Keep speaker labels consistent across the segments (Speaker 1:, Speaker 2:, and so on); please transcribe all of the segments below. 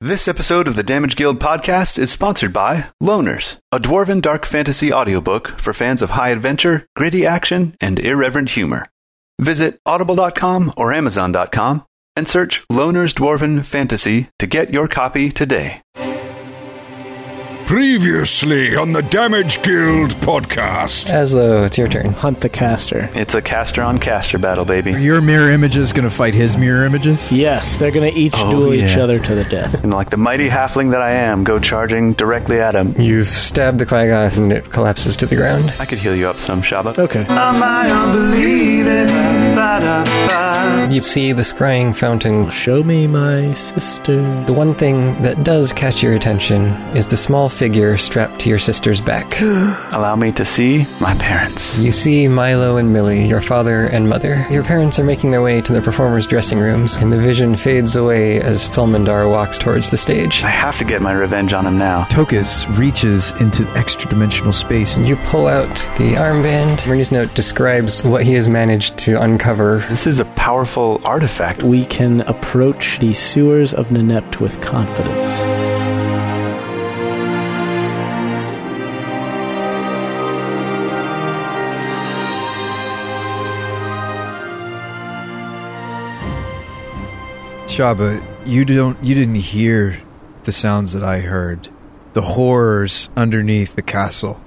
Speaker 1: This episode of the Damage Guild podcast is sponsored by Loners, a dwarven dark fantasy audiobook for fans of high adventure, gritty action, and irreverent humor. Visit audible.com or amazon.com and search Loners Dwarven Fantasy to get your copy today.
Speaker 2: Previously on the Damage Guild podcast.
Speaker 3: Aslo, uh, it's your turn.
Speaker 4: Hunt the caster.
Speaker 1: It's a caster on caster battle, baby.
Speaker 5: Your mirror image is going to fight his mirror images?
Speaker 4: Yes, they're gonna each
Speaker 1: Oh,
Speaker 4: duel each
Speaker 1: yeah.
Speaker 4: other to the death.
Speaker 1: And like the mighty halfling that I am, go charging directly at him.
Speaker 3: You've stabbed the Qui-Goth and it collapses to the ground.
Speaker 1: I could heal you up some, Shaba.
Speaker 4: Okay.
Speaker 3: You see the scrying fountain.
Speaker 4: Show me my sister.
Speaker 3: The one thing that does catch your attention is the small figure strapped to your sister's back.
Speaker 1: Allow me to see my parents.
Speaker 3: You see Milo and Millie, your father and mother. Your parents are making their way to the performers' dressing rooms, and the vision fades away as Filmandar walks towards the stage.
Speaker 1: I have to get my revenge on him now.
Speaker 5: Tokus reaches into extra dimensional space.
Speaker 3: You pull out the armband. Murny's note describes what he has managed to uncover.
Speaker 1: This is a powerful artifact.
Speaker 4: We can approach the sewers of Nenept with confidence.
Speaker 5: Shaba, you don't you didn't hear the sounds that I heard. The horrors underneath the castle.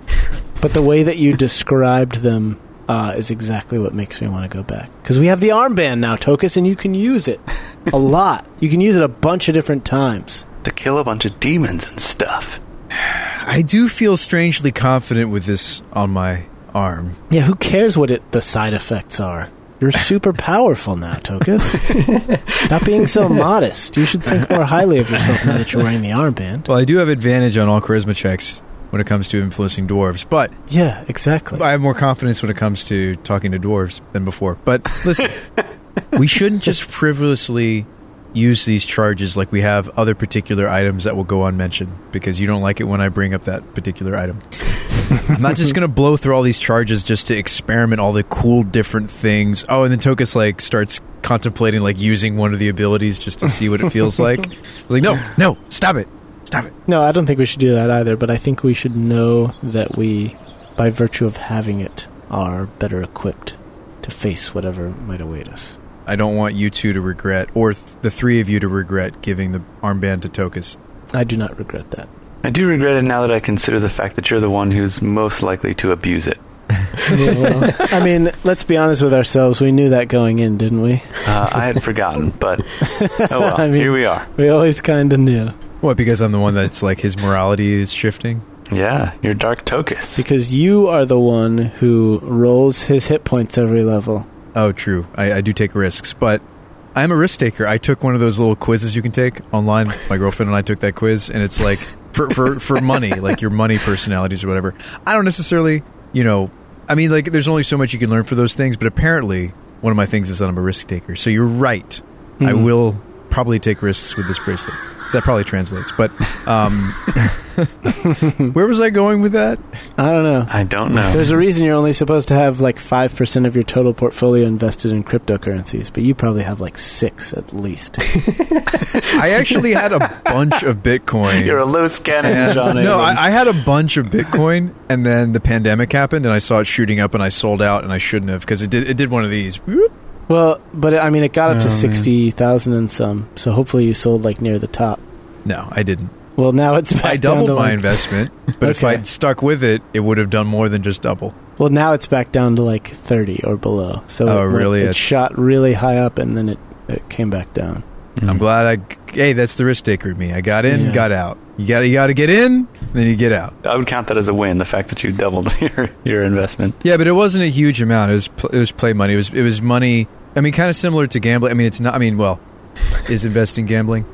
Speaker 4: But the way that you described them uh, is exactly what makes me want to go back. Because we have the armband now, Tokus, and you can use it a lot. You can use it a bunch of different times.
Speaker 1: to kill a bunch of demons and stuff.
Speaker 5: I do feel strangely confident with this on my arm.
Speaker 4: Yeah, who cares what it, the side effects are? You're super powerful now, Tokus. Stop being so modest. You should think more highly of yourself now that you're wearing the armband.
Speaker 5: Well, I do have advantage on all charisma checks when it comes to influencing dwarves, but
Speaker 4: Yeah, exactly.
Speaker 5: I have more confidence when it comes to talking to dwarves than before. But listen, we shouldn't just frivolously use these charges like we have other particular items that will go unmentioned because you don't like it when I bring up that particular item. I'm not just going to blow through all these charges just to experiment all the cool different things. Oh, and then Tokus like starts contemplating like using one of the abilities just to see what it feels like. I was like, "No, no, stop it. Stop it."
Speaker 4: No, I don't think we should do that either, but I think we should know that we, by virtue of having it, are better equipped to face whatever might await us.
Speaker 5: I don't want you two to regret or th- the three of you to regret giving the armband to Tokus.
Speaker 4: I do not regret that.
Speaker 1: I do regret it now that I consider the fact that you're the one who's most likely to abuse it.
Speaker 4: I mean, let's be honest with ourselves. We knew that going in, didn't we?
Speaker 1: Uh, I had forgotten, but oh well,
Speaker 4: I mean-
Speaker 1: here we are.
Speaker 4: We always kind of knew.
Speaker 5: What? Because I'm the one that's like his morality is shifting.
Speaker 1: Yeah, you're Dark Tokus.
Speaker 4: Because you are the one who rolls his hit points every level.
Speaker 5: Oh, true. I, I do take risks, but I'm a risk taker. I took one of those little quizzes you can take online. My girlfriend and I took that quiz, and it's like for for, for money, like your money personalities or whatever. I don't necessarily, you know, I mean, like there's only so much you can learn for those things. But apparently, one of my things is that I'm a risk taker. So you're right. I
Speaker 4: Mhm.
Speaker 5: will probably take risks with this bracelet. So that probably translates. But um, where was I going with that?
Speaker 4: I don't know.
Speaker 1: I don't know.
Speaker 4: There's a reason you're only supposed to have like 5% of your total portfolio invested in cryptocurrencies, but you probably have like 6 at least.
Speaker 5: I actually had a bunch of Bitcoin.
Speaker 1: You're a low scanner,
Speaker 5: And-
Speaker 1: John.
Speaker 5: no,
Speaker 1: Abrams.
Speaker 5: I, I had a bunch of Bitcoin, and then the pandemic happened, and I saw it shooting up, and I sold out, and I shouldn't have because it did. It did one of these. Whoop.
Speaker 4: Well, but I mean, it got up
Speaker 5: Oh,
Speaker 4: to
Speaker 5: man.
Speaker 4: sixty thousand and some. So hopefully, you sold like near the top.
Speaker 5: No, I didn't.
Speaker 4: Well, now it's back
Speaker 5: I
Speaker 4: down
Speaker 5: doubled
Speaker 4: to
Speaker 5: my
Speaker 4: like,
Speaker 5: investment, but if
Speaker 4: Okay.
Speaker 5: I'd stuck with it, it would have done more than just double.
Speaker 4: well, now it's back down to like thirty or below. So
Speaker 5: Oh,
Speaker 4: it, went-
Speaker 5: really?
Speaker 4: It
Speaker 5: It's-
Speaker 4: shot really high up and then it, it came back down.
Speaker 5: I'm glad I. Hey, that's the risk taker in me. I got in,
Speaker 4: Yeah.
Speaker 5: got out. You got to you got to get in, then you get out.
Speaker 1: I would count that as a win. The fact that you doubled your your investment.
Speaker 5: Yeah, but it wasn't a huge amount. It was pl- it was play money. It was it was money. I mean, kind of similar to gambling. I mean, it's not. I mean, well, is investing gambling?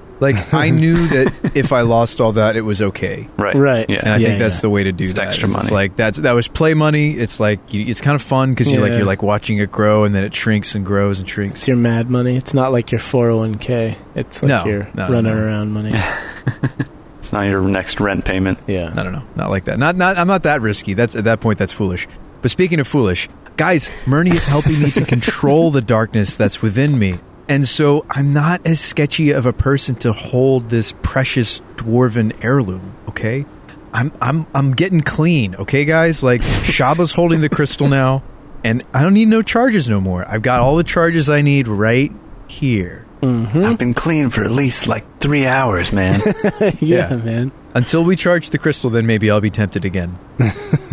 Speaker 5: Like I knew that if I lost all that, it was okay.
Speaker 1: Right.
Speaker 4: Right.
Speaker 5: and
Speaker 1: Yeah.
Speaker 5: I
Speaker 4: Yeah,
Speaker 5: think that's
Speaker 4: yeah.
Speaker 5: the way to do
Speaker 1: It's
Speaker 5: that.
Speaker 1: extra
Speaker 5: is
Speaker 1: money.
Speaker 5: It's like that's that was play money. It's like you, it's kind of fun because you like
Speaker 4: Yeah.
Speaker 5: you're like watching it grow and then it shrinks and grows and shrinks.
Speaker 4: It's your mad money. It's not like your four hundred one k. It's like
Speaker 5: No,
Speaker 4: your
Speaker 5: no, no,
Speaker 4: running
Speaker 5: no.
Speaker 4: around money.
Speaker 1: It's not your next rent payment.
Speaker 4: yeah.
Speaker 5: I don't know, not like that. Not not I'm not that risky. That's at that point that's foolish. But speaking of foolish, guys, Murney is helping me to control the darkness that's within me. And so I'm not as sketchy of a person to hold this precious dwarven heirloom, okay? I'm I'm I'm getting clean, okay guys? Like Shaba's holding the crystal now, and I don't need no charges no more. I've got all the charges I need right here.
Speaker 4: Hmm?
Speaker 1: I've been clean for at least like three hours, man.
Speaker 4: yeah,
Speaker 5: Yeah.
Speaker 4: man.
Speaker 5: Until we charge the crystal, then maybe I'll be tempted again.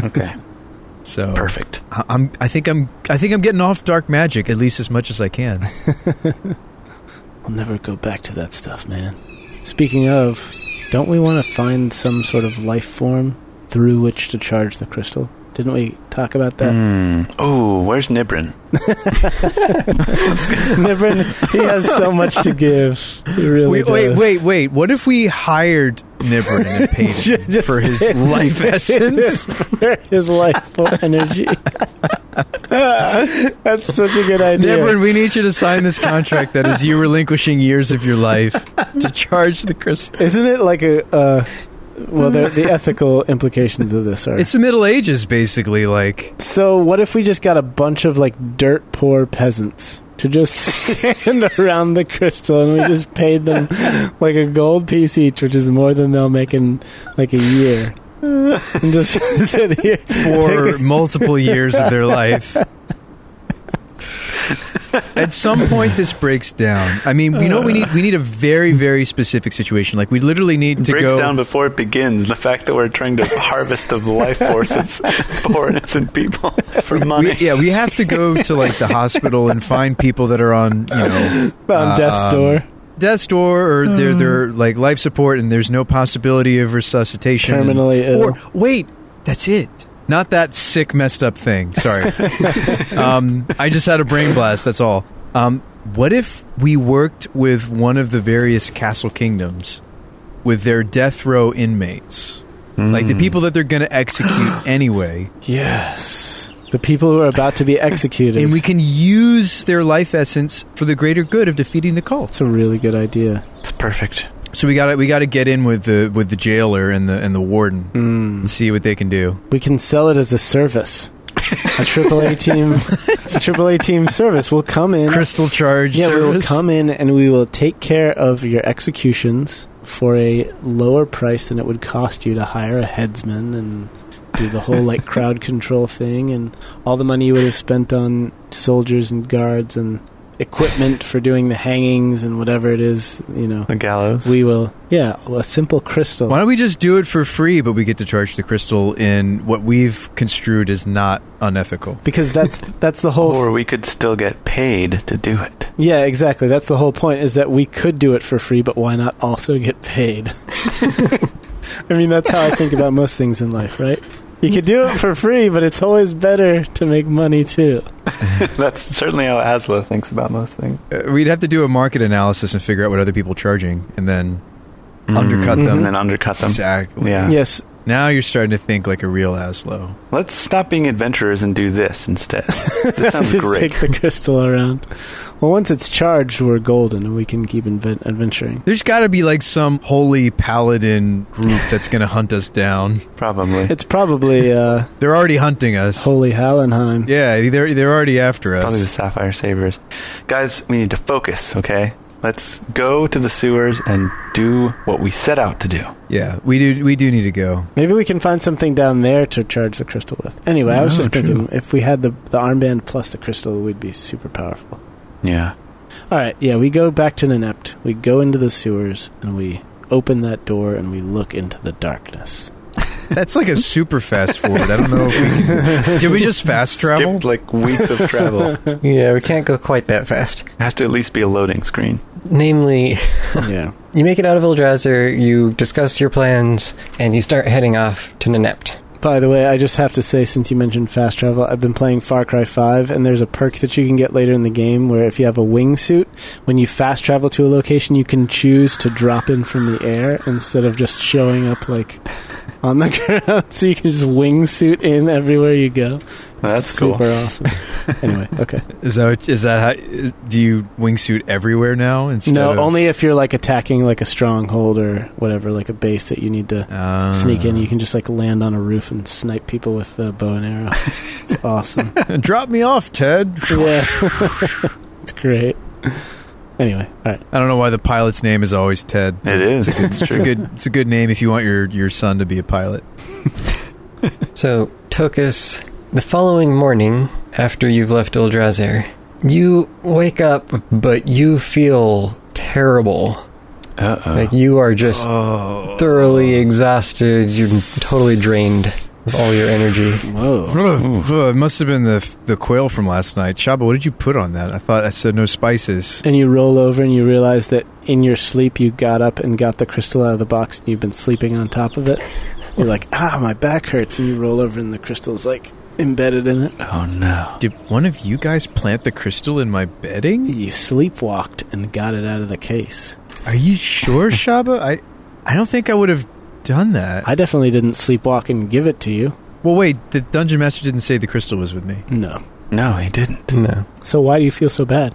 Speaker 1: okay,
Speaker 5: So
Speaker 1: perfect.
Speaker 5: I- I'm I think I'm I think I'm getting off dark magic at least as much as I can.
Speaker 4: I'll never go back to that stuff, man. Speaking of, don't we want to find some sort of life form through which to charge the crystal? Didn't we talk about that?
Speaker 1: Mm. Ooh, where's Nibrin?
Speaker 5: Mm.
Speaker 4: Nibrin, he has so much to give. He really
Speaker 5: Wait,
Speaker 4: does.
Speaker 5: wait, wait, wait. What if we hired Nibrin and paid him
Speaker 4: Just-
Speaker 5: for his life essence?
Speaker 4: His life full energy. That's such a good idea.
Speaker 5: Nibrin, we need you to sign this contract that is you relinquishing years of your life to charge the crystal.
Speaker 4: Isn't it like a uh, well? The, the ethical implications of this are
Speaker 5: It's the Middle Ages, basically. Like,
Speaker 4: so. What if we just got a bunch of like dirt poor peasants to just stand around the crystal, and we just paid them like a gold piece each, which is more than they'll make in like a year. And just sit here.
Speaker 5: for
Speaker 4: Take
Speaker 5: multiple years of their life. At some point, this breaks down. I mean, we know we need we need a very very specific situation. Like, we literally need to
Speaker 1: Breaks
Speaker 5: go
Speaker 1: down before it begins. The fact that we're trying to harvest the life force of poor innocent people for money.
Speaker 5: We, yeah, we have to go to like the hospital and find people that are on you know
Speaker 4: a- on death's
Speaker 5: um,
Speaker 4: door.
Speaker 5: death's door or they're they're like life support and there's no possibility of resuscitation.
Speaker 4: Terminally ill.
Speaker 5: Or wait, that's it. Not that sick messed up thing. Sorry, um, I just had a brain blast. That's all. Um, what if we worked with one of the various castle kingdoms with their death row inmates, like
Speaker 1: Hmm. Mm.
Speaker 5: the people that they're going to execute anyway?
Speaker 4: Yes. The people who are about to be executed.
Speaker 5: and we can use their life essence for the greater good of defeating the cult.
Speaker 4: That's a really good idea.
Speaker 1: It's perfect.
Speaker 5: So we got to we got to get in with the with the jailer and the and the warden and see what they can do.
Speaker 4: We can sell it as a service. A triple A team, a triple A team service. will come in.
Speaker 5: Crystal charge.
Speaker 4: yeah, we will
Speaker 5: service?
Speaker 4: come in and we will take care of your executions for a lower price than it would cost you to hire a headsman and do the whole like crowd control thing and all the money you would have spent on soldiers and guards and equipment for doing the hangings and whatever it is, you know.
Speaker 1: The gallows.
Speaker 4: We will, yeah, a simple crystal.
Speaker 5: Why don't we just do it for free, but we get to charge the crystal in what we've construed as not unethical?
Speaker 4: because that's that's the whole
Speaker 1: or we could still get paid to do it.
Speaker 4: Yeah, exactly. That's the whole point is that we could do it for free, but why not also get paid? I mean, that's how I think about most things in life, right? You could do it for free, but it's always better to make money too.
Speaker 1: That's certainly how Aslo thinks about most things.
Speaker 5: Uh, we'd have to do a market analysis and figure out what other people are charging, and then
Speaker 4: Mm-hmm.
Speaker 5: Hmm. undercut them.
Speaker 1: And then undercut them.
Speaker 5: Exactly.
Speaker 1: Yeah.
Speaker 4: Yes.
Speaker 5: Now you're starting to think like a real Aslo.
Speaker 1: Let's stop being adventurers and do this instead. This sounds
Speaker 4: Just
Speaker 1: great.
Speaker 4: take the crystal around. Well, once it's charged, we're golden and we can keep invent- adventuring.
Speaker 5: There's got to be like some holy paladin group that's going to hunt us down.
Speaker 1: Probably.
Speaker 4: It's probably uh,
Speaker 5: They're already hunting us.
Speaker 4: Holy Hallenheim.
Speaker 5: Yeah, they're they're already after us.
Speaker 1: Probably the Sapphire Sabers. Guys, we need to focus, okay? Let's go to the sewers and do what we set out to do.
Speaker 5: Yeah, we do we do need to go.
Speaker 4: Maybe we can find something down there to charge the crystal with. Anyway, I was
Speaker 5: No,
Speaker 4: just
Speaker 5: true.
Speaker 4: thinking if we had the, the armband plus the crystal, we'd be super powerful.
Speaker 1: Yeah.
Speaker 4: All right, yeah, we go back to Nenept. We go into the sewers and we open that door and we look into the darkness.
Speaker 5: That's like a super fast forward. I don't know if we can. Did we just fast travel?
Speaker 1: Skipped like weeks of travel.
Speaker 3: Yeah, we can't go quite that fast.
Speaker 1: Has to at least be a loading screen.
Speaker 3: Namely,
Speaker 4: yeah.
Speaker 3: you make it out of Eldrazi, you discuss your plans, and you start heading off to Nenept.
Speaker 4: By the way, I just have to say, since you mentioned fast travel, I've been playing Far Cry 5, and there's a perk that you can get later in the game where if you have a wingsuit, when you fast travel to a location, you can choose to drop in from the air instead of just showing up, like, on the ground. so you can just wingsuit in everywhere you go.
Speaker 1: That's
Speaker 4: super
Speaker 1: cool.
Speaker 4: awesome. anyway, okay.
Speaker 5: Is that what- is that how? is- Do you wingsuit everywhere now instead?
Speaker 4: No,
Speaker 5: of-
Speaker 4: only if you're like attacking like a stronghold or whatever, like a base that you need to
Speaker 5: Ah.
Speaker 4: sneak in. You can just like land on a roof and snipe people with the bow and arrow. it's awesome.
Speaker 5: Drop me off, Ted.
Speaker 4: yeah, it's great. Anyway, all right.
Speaker 5: I don't know why the pilot's name is always Ted.
Speaker 1: It is. It's
Speaker 5: It's a good. It's a good name if you want your your son to be a pilot.
Speaker 3: So, Tokus, the following morning, after you've left Eldrazi, you wake up, but you feel terrible.
Speaker 1: Uh-oh.
Speaker 3: Like you are just thoroughly exhausted. You're totally drained of all your energy.
Speaker 4: Whoa.
Speaker 5: it must have been the the quail from last night. Chaba, what did you put on that? I thought I said no spices.
Speaker 4: And you roll over and you realize that in your sleep you got up and got the crystal out of the box and you've been sleeping on top of it. You're like, ah, my back hurts. And you roll over and the crystal's like embedded in it.
Speaker 1: Oh no.
Speaker 5: Did one of you guys plant the crystal in my bedding?
Speaker 4: You sleepwalked and got it out of the case.
Speaker 5: Are you sure, Shaba? I I don't think I would have done that.
Speaker 4: I definitely didn't sleepwalk and give it to you.
Speaker 5: Well, wait. The dungeon master didn't say the crystal was with me.
Speaker 4: No.
Speaker 1: No, he didn't.
Speaker 3: No.
Speaker 4: So why do you feel so bad?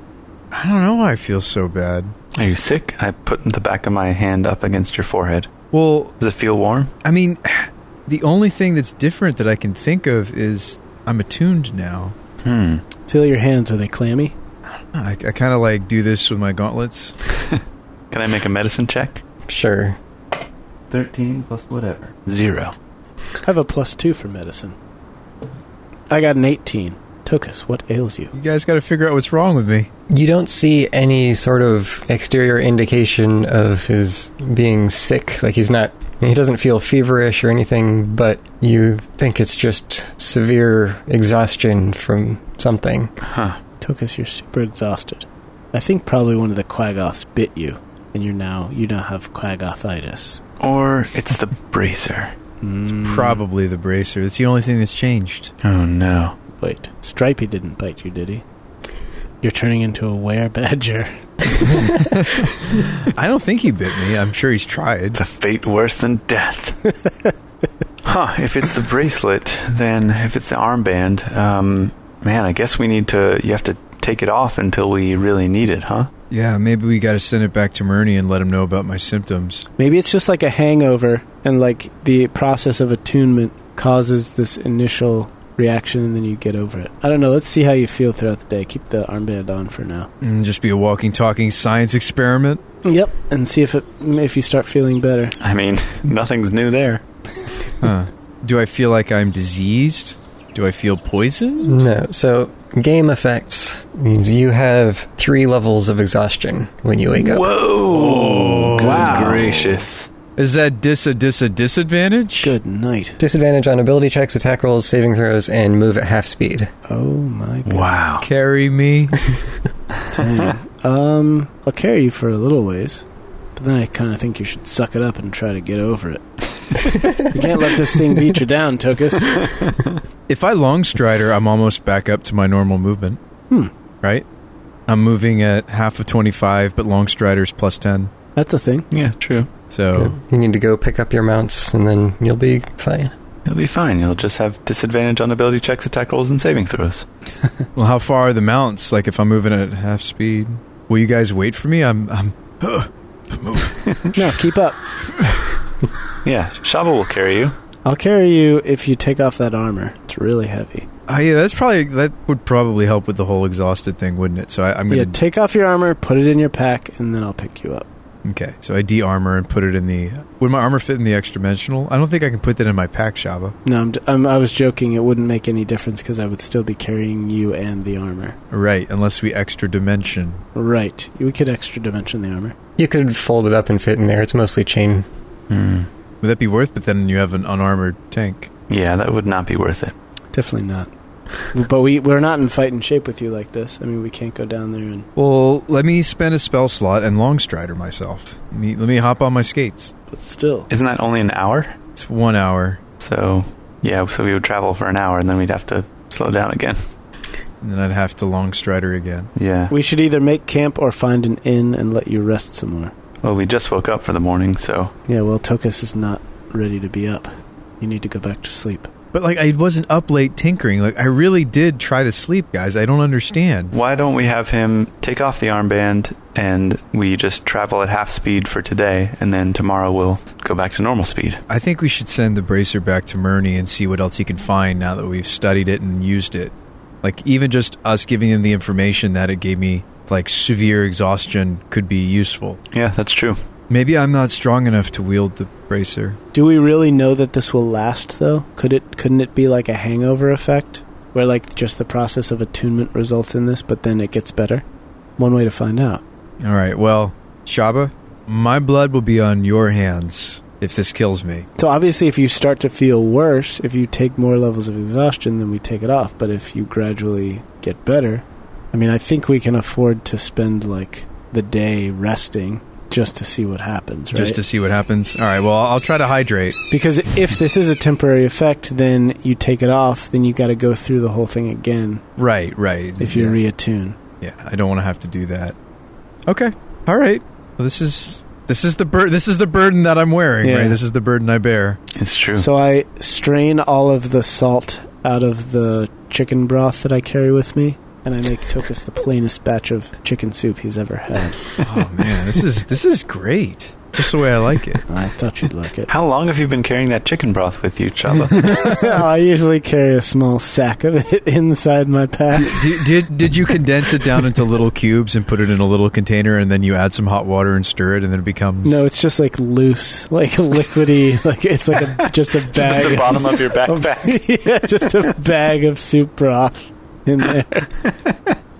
Speaker 5: I don't know why I feel so bad.
Speaker 1: Are you sick? I put the back of my hand up against your forehead.
Speaker 5: Well,
Speaker 1: Does it feel warm?
Speaker 5: I mean, the only thing that's different that I can think of is I'm attuned now.
Speaker 1: Hmm.
Speaker 4: Feel your hands. Are they clammy?
Speaker 5: I, I kind of like do this with my gauntlets.
Speaker 1: Can I make a medicine check?
Speaker 3: Sure.
Speaker 1: 13 plus whatever. Zero.
Speaker 4: I have a plus two for medicine. I got an 18. Tokus, what ails you?
Speaker 5: You guys got to figure out what's wrong with me.
Speaker 3: You don't see any sort of exterior indication of his being sick. Like he's not, he doesn't feel feverish or anything, but you think it's just severe exhaustion from something.
Speaker 1: Huh.
Speaker 4: Tokus, you're super exhausted. I think probably one of the Quaggoths bit you, and you're now you now have Quaggothitis.
Speaker 1: Or it's the bracer.
Speaker 5: It's
Speaker 4: Hmm.
Speaker 5: probably the bracer. It's the only thing that's changed.
Speaker 1: Oh no.
Speaker 4: Wait, Stripey didn't bite you, did he? You're turning into a were badger.
Speaker 5: I don't think he bit me. I'm sure he's tried.
Speaker 1: It's a fate worse than death. huh. If it's the bracelet, then if it's the armband, um, man, I guess we need to. You have to take it off until we really need it, huh?
Speaker 5: Yeah, maybe we got to send it back to Murney and let him know about my symptoms.
Speaker 4: Maybe it's just like a hangover, and like the process of attunement causes this initial reaction, and then you get over it. I don't know. Let's see how you feel throughout the day. Keep the armband on for now.
Speaker 5: And Mm, just be a walking, talking science experiment.
Speaker 4: Yep, and see if it if you start feeling better.
Speaker 1: I mean, nothing's new there.
Speaker 5: Huh. Do I feel like I'm diseased? Do I feel poisoned?
Speaker 3: No. So, game effects means you have three levels of exhaustion when you wake up.
Speaker 1: Whoa! Oh, Good
Speaker 4: wow.
Speaker 1: gracious.
Speaker 5: Is that dis a dis a disadvantage?
Speaker 4: Good night.
Speaker 3: Disadvantage on ability checks, attack rolls, saving throws, and move at half speed.
Speaker 4: Oh my god.
Speaker 1: Wow.
Speaker 5: Carry me.
Speaker 4: Dang. um, I'll carry you for a little ways, but then I kind of think you should suck it up and try to get over it. you can't let this thing beat you down, Tokus.
Speaker 5: If I long strider, I'm almost back up to my normal movement.
Speaker 4: Hmm.
Speaker 5: Right? I'm moving at half of 25, but long strider's plus 10.
Speaker 4: That's a thing.
Speaker 1: Yeah, true.
Speaker 5: So
Speaker 3: You need to go pick up your mounts, and then you'll be fine.
Speaker 1: You'll be fine. You'll just have disadvantage on ability checks, attack rolls, and saving throws.
Speaker 5: Well, how far are the mounts? Like, if I'm moving at half speed, will you guys wait for me? I'm, I'm.
Speaker 4: No, keep up.
Speaker 1: Yeah, Shaba will carry you.
Speaker 4: I'll carry you if you take off that armor. It's really heavy.
Speaker 5: Oh, yeah, that's probably that would probably help with the whole exhausted thing, wouldn't it? So I, I'm
Speaker 4: Yeah,
Speaker 5: gonna.
Speaker 4: take off your armor, put it in your pack, and then I'll pick you up.
Speaker 5: okay, so I de-armor and put it in the. Would my armor fit in the extra dimensional? I don't think I can put that in my pack, Shaba.
Speaker 4: No, I'm, d- I'm, I was joking. It wouldn't make any difference because I would still be carrying you and the armor.
Speaker 5: Right, unless we extra dimension.
Speaker 4: Right. We could extra dimension the armor.
Speaker 3: You could fold it up and fit in there. It's mostly chain.
Speaker 1: Hmm.
Speaker 5: Would that be worth? But then you have an unarmored tank.
Speaker 1: Yeah, that would not be worth it.
Speaker 4: Definitely not. but we, we're not in fighting shape with you like this. I mean, we can't go down there and
Speaker 5: Well, let me spend a spell slot and long strider myself. Let me, let me hop on my skates.
Speaker 4: But still,
Speaker 1: Isn't that only an hour?
Speaker 5: It's one hour,
Speaker 1: So, yeah, so we would travel for an hour and then we'd have to slow down again.
Speaker 5: and then I'd have to long strider again.
Speaker 1: Yeah.
Speaker 4: we should either make camp or find an inn and let you rest some more.
Speaker 1: Well, we just woke up for the morning, so
Speaker 4: Yeah, well, Tokus is not ready to be up. You need to go back to sleep.
Speaker 5: But like I wasn't up late tinkering. Like I really did try to sleep, guys. I don't understand.
Speaker 1: why don't we have him take off the armband and we just travel at half speed for today and then tomorrow we'll go back to normal speed?
Speaker 5: I think we should send the bracer back to Murney and see what else he can find now that we've studied it and used it. Like even just us giving him the information that it gave me like severe exhaustion could be useful.
Speaker 1: Yeah, that's true.
Speaker 5: Maybe I'm not strong enough to wield the bracer.
Speaker 4: Do we really know that this will last though? Could it couldn't it be like a hangover effect where like just the process of attunement results in this but then it gets better? One way to find out.
Speaker 5: All right, well, Shaba, my blood will be on your hands if this kills me.
Speaker 4: So obviously if you start to feel worse, if you take more levels of exhaustion then we take it off, but if you gradually get better, I mean I think we can afford to spend like the day resting just to see what happens, right?
Speaker 5: Just to see what happens. All right, well, I'll try to hydrate.
Speaker 4: Because if this is a temporary effect, then you take it off, then you got to go through the whole thing again
Speaker 5: Right, right.
Speaker 4: if you
Speaker 5: yeah.
Speaker 4: reattune.
Speaker 5: Yeah, I don't want to have to do that. Okay. All right. Well, this is this is the bur- this is the burden that I'm wearing.
Speaker 4: Yeah.
Speaker 5: Right. This is the burden I bear.
Speaker 1: It's true.
Speaker 4: So I strain all of the salt out of the chicken broth that I carry with me, and I make Tokus the plainest batch of chicken soup he's ever had.
Speaker 5: Oh man, this is this is great. Just the way I like it.
Speaker 4: I thought you'd like it.
Speaker 1: How long have you been carrying that chicken broth with you, Chaba?
Speaker 4: I usually carry a small sack of it inside my pack.
Speaker 5: Did, did did you condense it down into little cubes and put it in a little container, and then you add some hot water and stir it, and then it becomes
Speaker 4: No, it's just like loose, like liquidy, like it's like a, just a
Speaker 1: At the
Speaker 4: bag.
Speaker 1: bottom of your backpack.
Speaker 4: yeah, just a bag of soup broth in there.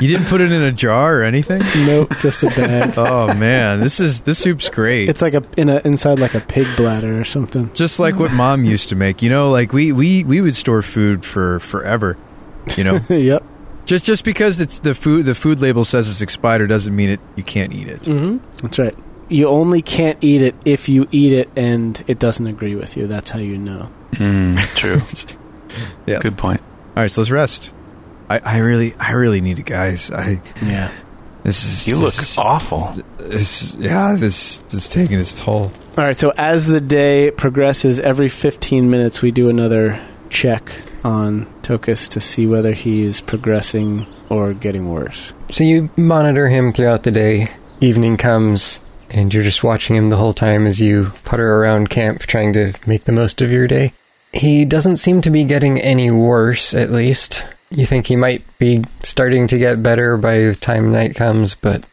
Speaker 5: you didn't put it in a jar or anything.
Speaker 4: Nope, just a bag.
Speaker 5: Oh man, this is this soup's great.
Speaker 4: It's like a in a inside like a pig bladder or something.
Speaker 5: just like what mom used to make. You know, like we we we would store food for forever. You know,
Speaker 4: yep.
Speaker 5: Just just because it's the food the food label says it's expired doesn't mean it you can't eat it.
Speaker 4: Mm-hmm. That's right. You only can't eat it if you eat it and it doesn't agree with you. That's how you know.
Speaker 1: mm, true.
Speaker 5: Yeah.
Speaker 1: Good point.
Speaker 5: All right, so let's rest. I, I really I really need it, guys. I
Speaker 4: Yeah.
Speaker 5: this is
Speaker 1: You look
Speaker 5: this,
Speaker 1: awful.
Speaker 5: this yeah this this is taking its toll.
Speaker 4: All right. So as the day progresses, every 15 minutes we do another check on Tokus to see whether he is progressing or getting worse.
Speaker 3: So you monitor him throughout the day. Evening comes, and you're just watching him the whole time as you putter around camp trying to make the most of your day. He doesn't seem to be getting any worse, at least. You think he might be starting to get better by the time night comes, but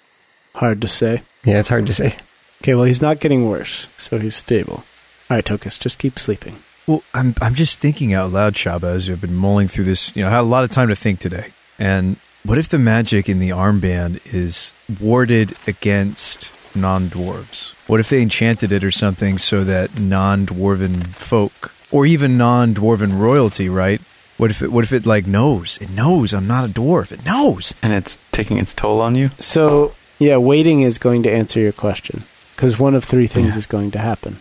Speaker 4: Hard to say.
Speaker 3: yeah, it's hard to say.
Speaker 4: Okay. Well, he's not getting worse, so he's stable. All right, Tokus, just keep sleeping.
Speaker 5: Well, I'm I'm just thinking out loud, Shaba, as we've been mulling through this. You know, I had a lot of time to think today. And what if the magic in the armband is warded against non-dwarves? What if they enchanted it or something so that non-dwarven folk or even non-dwarven royalty, right? What if it, what if it like knows? It knows I'm not a dwarf. It knows.
Speaker 1: And it's taking its toll on you?
Speaker 4: So, yeah, waiting is going to answer your question because one of three things
Speaker 1: Yeah.
Speaker 4: is going to happen,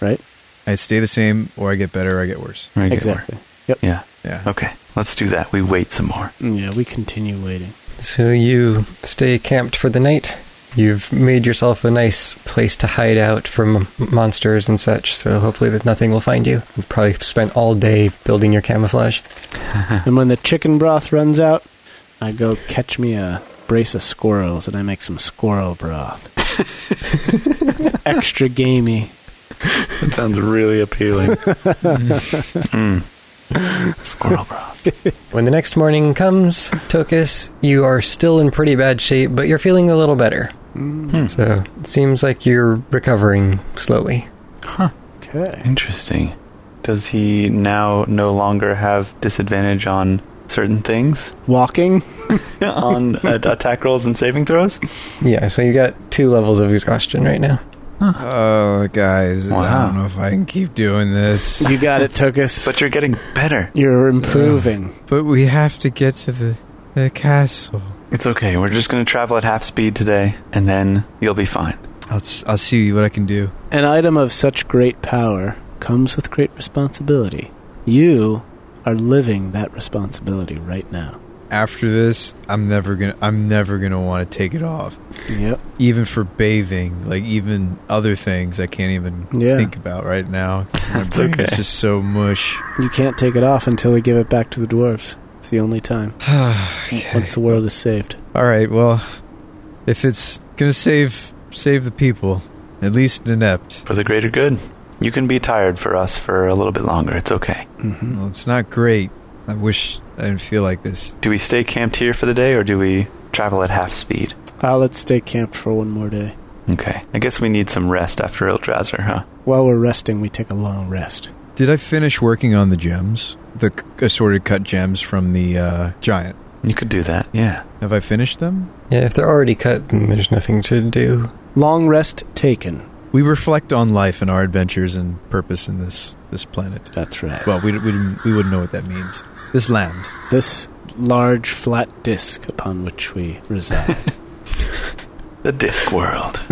Speaker 4: right?
Speaker 5: I stay the same or I get better or I get worse.
Speaker 1: Right, get
Speaker 4: exactly.
Speaker 1: where- Yeah.
Speaker 5: Yeah.
Speaker 1: Okay. Let's do that. We wait some more.
Speaker 4: Yeah, we continue waiting.
Speaker 3: So you stay camped for the night. You've made yourself a nice place to hide out from monsters and such, so hopefully that nothing will find you. You've probably spent all day building your camouflage.
Speaker 4: and when the chicken broth runs out, I go catch me a brace of squirrels and I make some squirrel broth. It's extra gamey.
Speaker 1: That sounds really appealing. Squirrel broth.
Speaker 3: When the next morning comes, Tokus, you are still in pretty bad shape, but you're feeling a little better.
Speaker 1: Hmm.
Speaker 3: So it seems like you're recovering slowly.
Speaker 4: Okay.
Speaker 1: Interesting. Does he now no longer have disadvantage on certain things?
Speaker 4: Walking?
Speaker 1: on uh, attack rolls and saving throws?
Speaker 3: Yeah, so you got two levels of exhaustion right now.
Speaker 5: Oh, guys, I
Speaker 1: Wow.
Speaker 5: don't know if I can keep doing this.
Speaker 4: You got it, Tokus.
Speaker 1: But you're getting better.
Speaker 4: You're improving.
Speaker 5: But we have to get to the, the castle.
Speaker 1: It's okay. We're just going to travel at half speed today, and then you'll be fine.
Speaker 5: I'll, s- I'll see what I can do.
Speaker 4: An item of such great power comes with great responsibility. You are living that responsibility right now.
Speaker 5: After this, I'm never gonna I'm never gonna want to take it off.
Speaker 4: Yep.
Speaker 5: Even for bathing, like even other things, I can't even
Speaker 4: Yeah.
Speaker 5: think about right now. My
Speaker 1: It's
Speaker 5: brain
Speaker 1: okay.
Speaker 5: is just so mush.
Speaker 4: You can't take it off until we give it back to the dwarves. It's the only time.
Speaker 5: Okay.
Speaker 4: Once the world is saved.
Speaker 5: All right, well, if it's gonna save save the people, at least inept.
Speaker 1: For the greater good. You can be tired for us for a little bit longer. It's okay.
Speaker 4: Mm-hmm.
Speaker 5: Well, it's not great. I wish I didn't feel like this.
Speaker 1: Do we stay camped here for the day, or do we travel at half speed?
Speaker 4: Uh, let's stay camped for one more day.
Speaker 1: Okay. I guess we need some rest after Eldrazzar, huh?
Speaker 4: While we're resting, we take a long rest.
Speaker 5: Did I finish working on the gems? The c- assorted cut gems from the uh, giant.
Speaker 1: You could do that. Yeah.
Speaker 5: Have I finished them?
Speaker 3: Yeah, if they're already cut, then there's nothing to do.
Speaker 4: Long rest taken.
Speaker 5: We reflect on life and our adventures and purpose in this this planet.
Speaker 4: That's right.
Speaker 5: Well, we, we, didn't- we wouldn't know what that means. This land.
Speaker 4: This large flat disc upon which we reside.
Speaker 1: The disc world.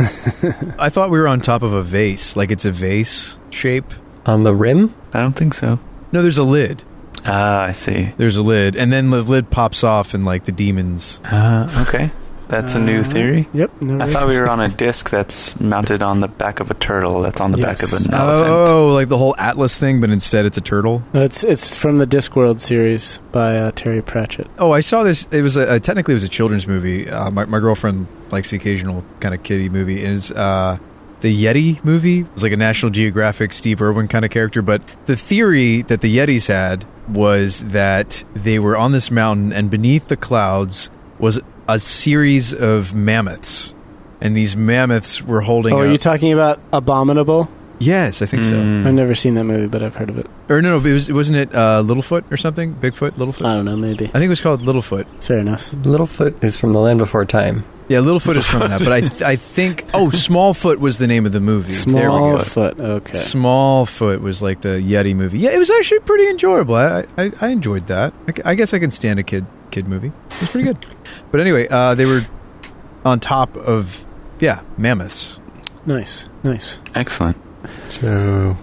Speaker 5: I thought we were on top of a vase, like it's a vase shape.
Speaker 3: On the rim?
Speaker 1: I don't think so.
Speaker 5: No, there's a lid.
Speaker 1: Ah, I see.
Speaker 5: There's a lid, and then the lid pops off, and like the demons.
Speaker 1: Uh, okay. That's a new
Speaker 4: Uh,
Speaker 1: theory.
Speaker 4: yep. No
Speaker 1: I
Speaker 4: worries.
Speaker 1: thought we were on a disc that's mounted on the back of a turtle that's on the back
Speaker 4: Yes.
Speaker 1: of an elephant.
Speaker 5: Oh, like the whole Atlas thing, but instead it's a turtle.
Speaker 4: No, it's it's from the Discworld series by uh, Terry Pratchett.
Speaker 5: Oh, I saw this. It was a, uh, technically it was a children's movie. Uh, my, my girlfriend likes the occasional kind of kiddie movie. Is uh, the Yeti movie? It was like a National Geographic Steve Irwin kind of character. But the theory that the Yetis had was that they were on this mountain, and beneath the clouds was a series of mammoths, and these mammoths were holding.
Speaker 4: Oh, are
Speaker 5: up-
Speaker 4: you Hmm. talking about Abominable?
Speaker 5: yes, I think so.
Speaker 1: Hmm,
Speaker 4: I've never seen that movie, but I've heard of it.
Speaker 5: Or no, no, it was wasn't it uh, Littlefoot or something? Bigfoot, Littlefoot.
Speaker 4: I don't know, maybe.
Speaker 5: I think it was called Littlefoot.
Speaker 4: Fair enough.
Speaker 3: Littlefoot is from the land before time.
Speaker 5: Yeah, Littlefoot is from that, but I th- I think oh, Smallfoot was the name of the movie. there we go.
Speaker 4: Smallfoot. Okay.
Speaker 5: Smallfoot was like the Yeti movie. Yeah, it was actually pretty enjoyable. I I, I enjoyed that. I, c- I guess I can stand a kid kid movie. It's pretty good. but anyway, uh, they were on top of yeah mammoths.
Speaker 4: Nice. Nice.
Speaker 1: Excellent.
Speaker 3: So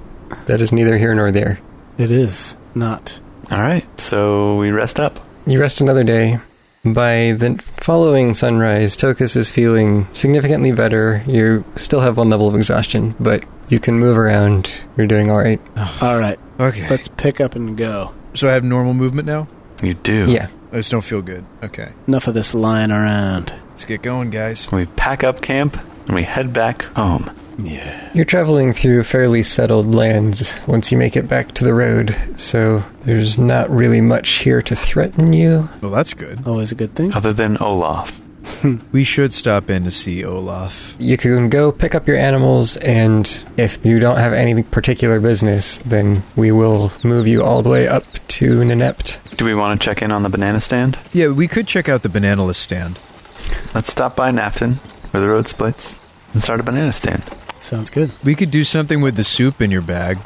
Speaker 3: that is neither here nor there.
Speaker 4: It is not.
Speaker 1: All right. So we rest up.
Speaker 3: You rest another day. By the following sunrise, Tokus is feeling significantly better. You still have one level of exhaustion, but you can move around. You're doing all right.
Speaker 4: All right.
Speaker 5: Okay,
Speaker 4: Let's pick up and go.
Speaker 5: so I have normal movement now.
Speaker 1: You do.
Speaker 3: Yeah.
Speaker 5: I just don't feel good. Okay,
Speaker 4: Enough of this lying around.
Speaker 5: let's get going, guys.
Speaker 1: We pack up camp and we head back home.
Speaker 4: Yeah.
Speaker 3: You're traveling through fairly settled lands once you make it back to the road, so there's not really much here to threaten you.
Speaker 5: Well, that's good.
Speaker 4: Always a good thing.
Speaker 1: Other than Olaf.
Speaker 5: We should stop in to see Olaf.
Speaker 3: You can go pick up your animals, and if you don't have any particular business, then we will move you all the way up to Nenept.
Speaker 1: Do we want to check in on the banana stand?
Speaker 5: Yeah, we could check out the bananalist stand.
Speaker 1: Let's stop by Nafton, where the road splits, and start a banana stand.
Speaker 4: Sounds good.
Speaker 5: We could do something with the soup in your bag.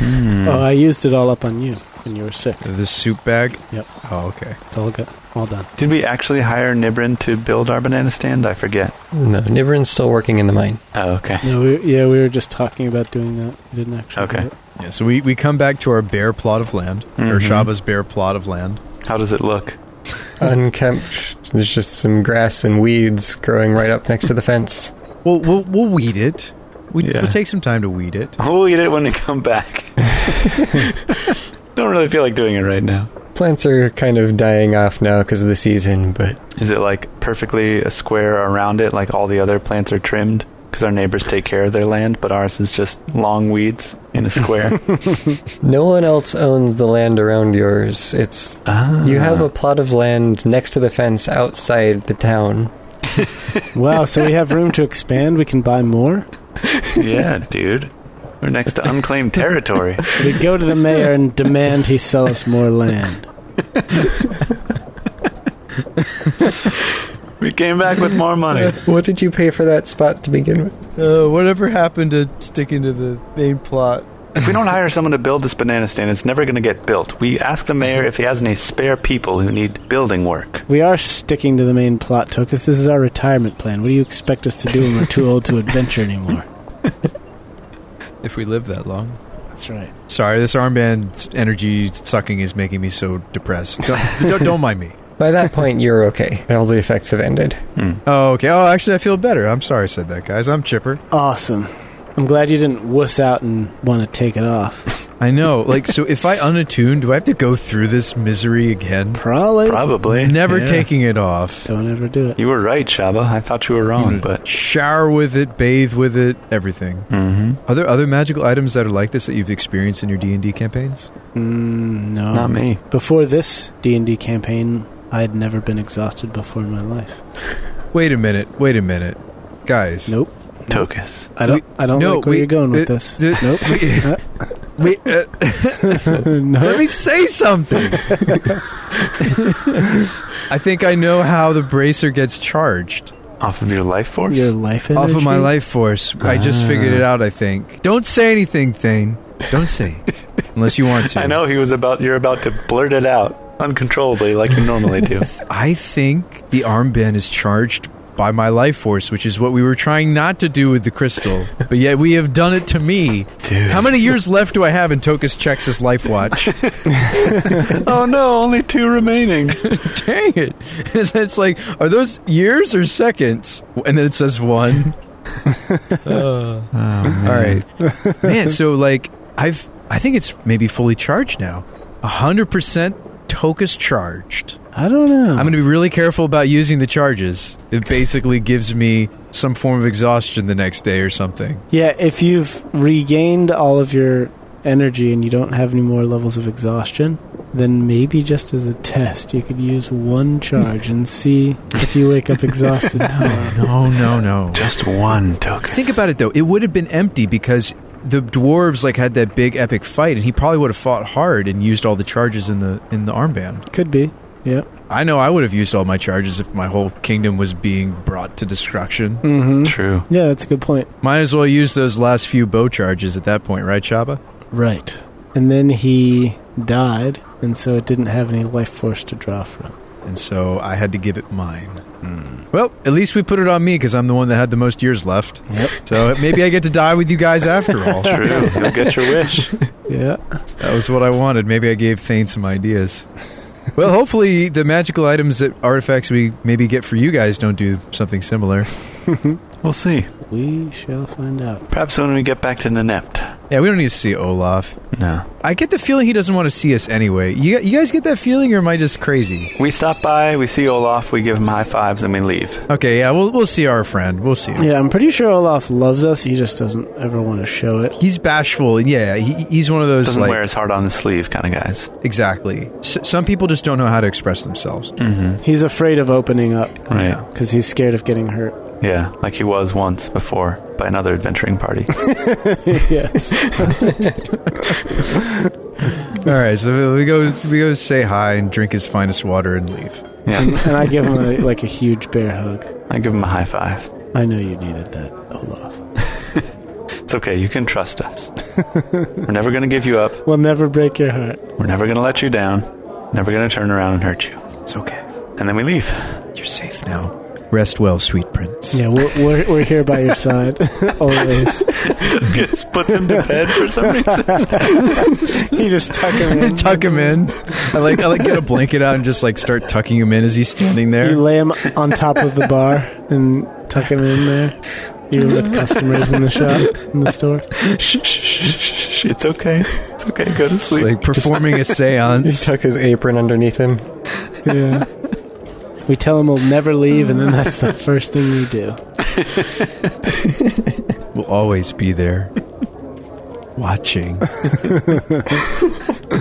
Speaker 4: Oh, I used it all up on you when you were sick.
Speaker 5: The soup bag?
Speaker 4: Yep.
Speaker 5: Oh, okay.
Speaker 4: It's all good. All done.
Speaker 1: Did we actually hire Nibrin to build our banana stand? I forget.
Speaker 3: No, Nibrin's still working in the mine.
Speaker 1: Oh, okay.
Speaker 4: No, we, yeah, we were just talking about doing that. We didn't actually.
Speaker 1: Okay.
Speaker 4: do it.
Speaker 5: Yeah, so we, we come back to our bare plot of land, or
Speaker 1: Mhm.
Speaker 5: Shaba's bare plot of land.
Speaker 1: How does it look?
Speaker 3: Unkempt, there's just some grass and weeds growing right up next to the fence.
Speaker 5: We'll, we'll, we'll weed it. We,
Speaker 1: Yeah.
Speaker 5: We'll take some time to weed it.
Speaker 1: We'll eat it when we come back. Don't really feel like doing it right now.
Speaker 3: Plants are kind of dying off now because of the season, but
Speaker 1: Is it like perfectly a square around it, like all the other plants are trimmed? Because our neighbors take care of their land, but ours is just long weeds in a square.
Speaker 3: no one else owns the land around yours. It's
Speaker 1: ah.
Speaker 3: you have a plot of land next to the fence outside the town.
Speaker 4: Wow, so we have room to expand. We can buy more.
Speaker 1: yeah, dude. We're next to unclaimed territory.
Speaker 4: We go to the mayor and demand he sell us more land.
Speaker 1: We came back with more money.
Speaker 3: What did you pay for that spot to begin with?
Speaker 5: Uh, whatever happened to sticking to the main plot?
Speaker 1: If we don't hire someone to build this banana stand, it's never going to get built. We ask the mayor if he has any spare people who need building work.
Speaker 4: We are sticking to the main plot, Tokus. This is our retirement plan. What do you expect us to do when we're too old to adventure anymore?
Speaker 5: If we live that long.
Speaker 4: That's right.
Speaker 5: Sorry, this armband energy sucking is making me so depressed. Don't, don't, don't mind me.
Speaker 3: By that point, you're okay. All the effects have ended.
Speaker 5: Oh, okay. Oh, actually, I feel better. I'm sorry I said that, guys. I'm chipper.
Speaker 4: Awesome. I'm glad you didn't wuss out and want to take it off.
Speaker 5: I know. Like, so if I unattune, do I have to go through this misery again?
Speaker 4: Probably.
Speaker 1: Probably.
Speaker 5: Never
Speaker 1: Yeah.
Speaker 5: taking it off.
Speaker 4: Don't ever do it.
Speaker 1: You were right, Shaba. I thought you were wrong, but.
Speaker 5: Shower with it, bathe with it, everything.
Speaker 1: Mm-hmm.
Speaker 5: Are there other magical items that are like this that you've experienced in your D and D campaigns?
Speaker 4: Mm, no.
Speaker 1: Not me.
Speaker 4: Before this D&D campaign, I had never been exhausted before in my life.
Speaker 5: Wait a minute. Wait a minute, guys.
Speaker 4: Nope.
Speaker 1: Tokus.
Speaker 4: I don't. I don't
Speaker 5: No,
Speaker 4: like where
Speaker 5: we-
Speaker 4: you're going with
Speaker 5: uh,
Speaker 4: this.
Speaker 5: th-
Speaker 4: nope. Uh,
Speaker 5: Wait. uh, Let
Speaker 4: no.
Speaker 5: me say something. I think I know how the bracer gets charged
Speaker 1: Off of your life force?
Speaker 4: Your life energy.
Speaker 5: off of my life force. I just
Speaker 4: Ah.
Speaker 5: figured it out. I think. Don't say anything, Thane. Don't say, unless you want to.
Speaker 1: I know he was about you're about to blurt it out uncontrollably like you normally do.
Speaker 5: I think the armband is charged by my life force, which is what we were trying not to do with the crystal, but yet we have done it to me.
Speaker 1: Dude.
Speaker 5: How many years left do I have in Tokus checks his life watch?
Speaker 1: oh no, only two remaining.
Speaker 5: Dang it! It's like, are those years or seconds? And then it says one. Oh, All right, man. So like, I've I think it's maybe fully charged now. hundred percent Tokus charged.
Speaker 4: I don't know.
Speaker 5: I'm going to be really careful about using the charges. It basically gives me some form of exhaustion the next day or something.
Speaker 4: Yeah, if you've regained all of your energy and you don't have any more levels of exhaustion, then maybe just as a test, you could use one charge and see if you wake up exhausted tomorrow.
Speaker 5: No, no, no.
Speaker 1: Just one Tokus.
Speaker 5: Think about it though. It would have been empty because the dwarves like had that big epic fight and he probably would have fought hard and used all the charges in the in the armband.
Speaker 4: Could be. Yeah.
Speaker 5: I know I would have used all my charges if my whole kingdom was being brought to destruction.
Speaker 4: Mm-hmm.
Speaker 1: True.
Speaker 4: Yeah, that's a good point.
Speaker 5: Might as well use those last few bow charges at that point, right, Chaba?
Speaker 4: Right. And then he died, and so it didn't have any life force to draw from.
Speaker 5: And so I had to give it mine. Well, at least we put it on me because I'm the one that had the most years left.
Speaker 4: Yep.
Speaker 5: So maybe I get to die with you guys after all. that
Speaker 1: True. You'll get your wish.
Speaker 4: Yeah.
Speaker 5: was what I wanted. Maybe I gave Thane some ideas. Well, hopefully the magical items that artifacts we maybe get for you guys don't do something similar.
Speaker 1: We'll see.
Speaker 4: We shall find out.
Speaker 1: Perhaps when we get back to Nenept.
Speaker 5: Yeah, we don't need to see Olaf.
Speaker 1: No.
Speaker 5: I get the feeling he doesn't want to see us anyway. You, you guys get that feeling, or am I just crazy?
Speaker 1: We stop by, we see Olaf, we give him high fives, and we leave.
Speaker 5: Okay, yeah, we'll, we'll see our friend. We'll see. him.
Speaker 4: Yeah, I'm pretty sure Olaf loves us. He just doesn't ever want to show it.
Speaker 5: He's bashful. Yeah, he, he's one of those
Speaker 1: Doesn't
Speaker 5: like
Speaker 1: wear his heart on his sleeve kind of guys.
Speaker 5: exactly. S- some people just don't know how to express themselves.
Speaker 4: He's afraid of opening up
Speaker 1: Right.
Speaker 4: because he's scared of getting hurt.
Speaker 1: Yeah, like he was once before by another adventuring party.
Speaker 4: yes.
Speaker 5: All right, so we go we go say hi and drink his finest water and leave.
Speaker 1: Yeah,
Speaker 4: and I give him a, like a huge bear hug.
Speaker 1: I give him a high five.
Speaker 4: I know you needed that, Olaf.
Speaker 1: It's okay, you can trust us. We're never going to give you up.
Speaker 4: We'll never break your heart.
Speaker 1: We're never going to let you down. Never going to turn around and hurt you.
Speaker 5: It's okay.
Speaker 1: And then we leave.
Speaker 5: You're safe now. Rest well, sweet prince.
Speaker 4: Yeah, we're, we're, we're here by your side always.
Speaker 1: Just puts him to bed for some reason.
Speaker 4: You just tuck him in.
Speaker 5: Tuck him in. I like I like get a blanket out and just like start tucking him in as he's standing
Speaker 4: You
Speaker 5: there.
Speaker 4: lay him on top of the bar and tuck him in there. You're with customers in the shop, in the store.
Speaker 1: Shh, shh, shh, shh, shh. It's okay. It's okay. Go to
Speaker 5: It's
Speaker 1: sleep.
Speaker 5: like performing a
Speaker 3: He
Speaker 5: séance.
Speaker 3: tuck his apron underneath him.
Speaker 4: Yeah. We tell him we'll never leave, and then that's the first thing we do.
Speaker 5: Will always be there. Watching.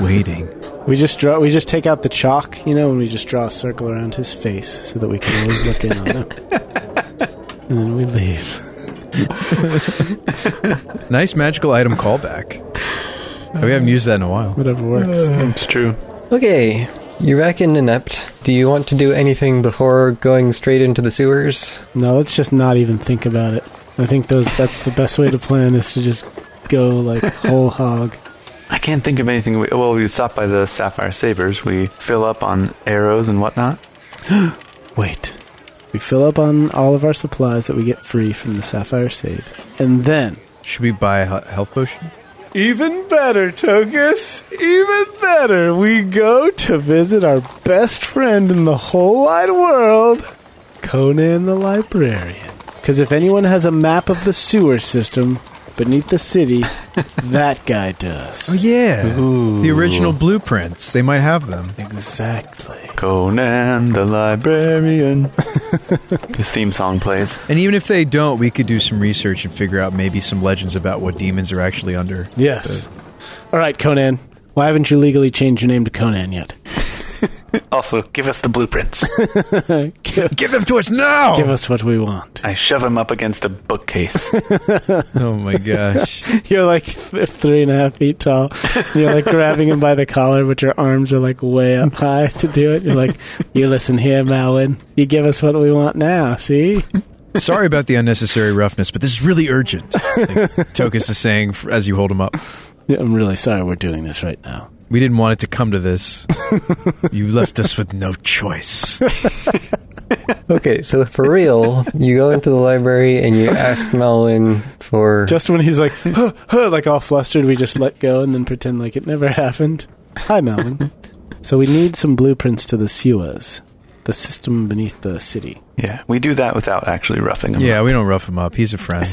Speaker 5: Waiting.
Speaker 4: We just draw. We just take out the chalk, you know, and we just draw a circle around his face so that we can always look in on him. And then we leave.
Speaker 5: Nice magical item callback. We haven't used that in a while.
Speaker 4: Whatever works.
Speaker 1: It's true.
Speaker 3: Okay, you're back in Inept. Do you want to do anything before going straight into the sewers?
Speaker 4: No, let's just not even think about it. I think those that's the best way to plan is to just go like whole hog.
Speaker 1: I can't think of anything. We, well, we stopped by the Sapphire Sabers. We fill up on arrows and whatnot.
Speaker 4: Wait. We fill up on all of our supplies that we get free from the Sapphire Save. And then
Speaker 5: Should we buy a he- health potion?
Speaker 4: Even better, Tokus. Even better. We go to visit our best friend in the whole wide world, Conan the Librarian. Because if anyone has a map of the sewer system beneath the city, that guy does.
Speaker 5: Oh, yeah. The original blueprints. They might have them.
Speaker 4: Exactly.
Speaker 1: Conan the librarian. His theme song plays.
Speaker 5: And even if they don't, we could do some research and figure out maybe some legends about what demons are actually under.
Speaker 4: Yes. All right, Conan. Why haven't you legally changed your name to Conan yet?
Speaker 1: Also, give us the blueprints.
Speaker 4: give,
Speaker 5: Give them to us now!
Speaker 4: give us what we want.
Speaker 1: I shove him up against a bookcase.
Speaker 5: oh my gosh.
Speaker 4: You're like th- three and a half feet tall. You're like grabbing him by the collar, but your arms are like way up high to do it. You're like, you listen here, Malwin. You give us what we want now. See?
Speaker 5: Sorry about the unnecessary roughness, but this is really urgent. Like Tokus is saying f- as you hold him up.
Speaker 4: Yeah, I'm really sorry we're doing this right now.
Speaker 5: We didn't want it to come to this. you left us with no choice.
Speaker 3: Okay, so for real, you go into the library and you ask Melvin for.
Speaker 4: Just when he's like, huh, huh, like all flustered, we just let go and then pretend like it never happened. Hi, Malvin. so we need some blueprints to the Siwas, the system beneath the city.
Speaker 1: yeah, we do that without actually roughing him.
Speaker 5: Yeah, we don't rough him up. He's a friend.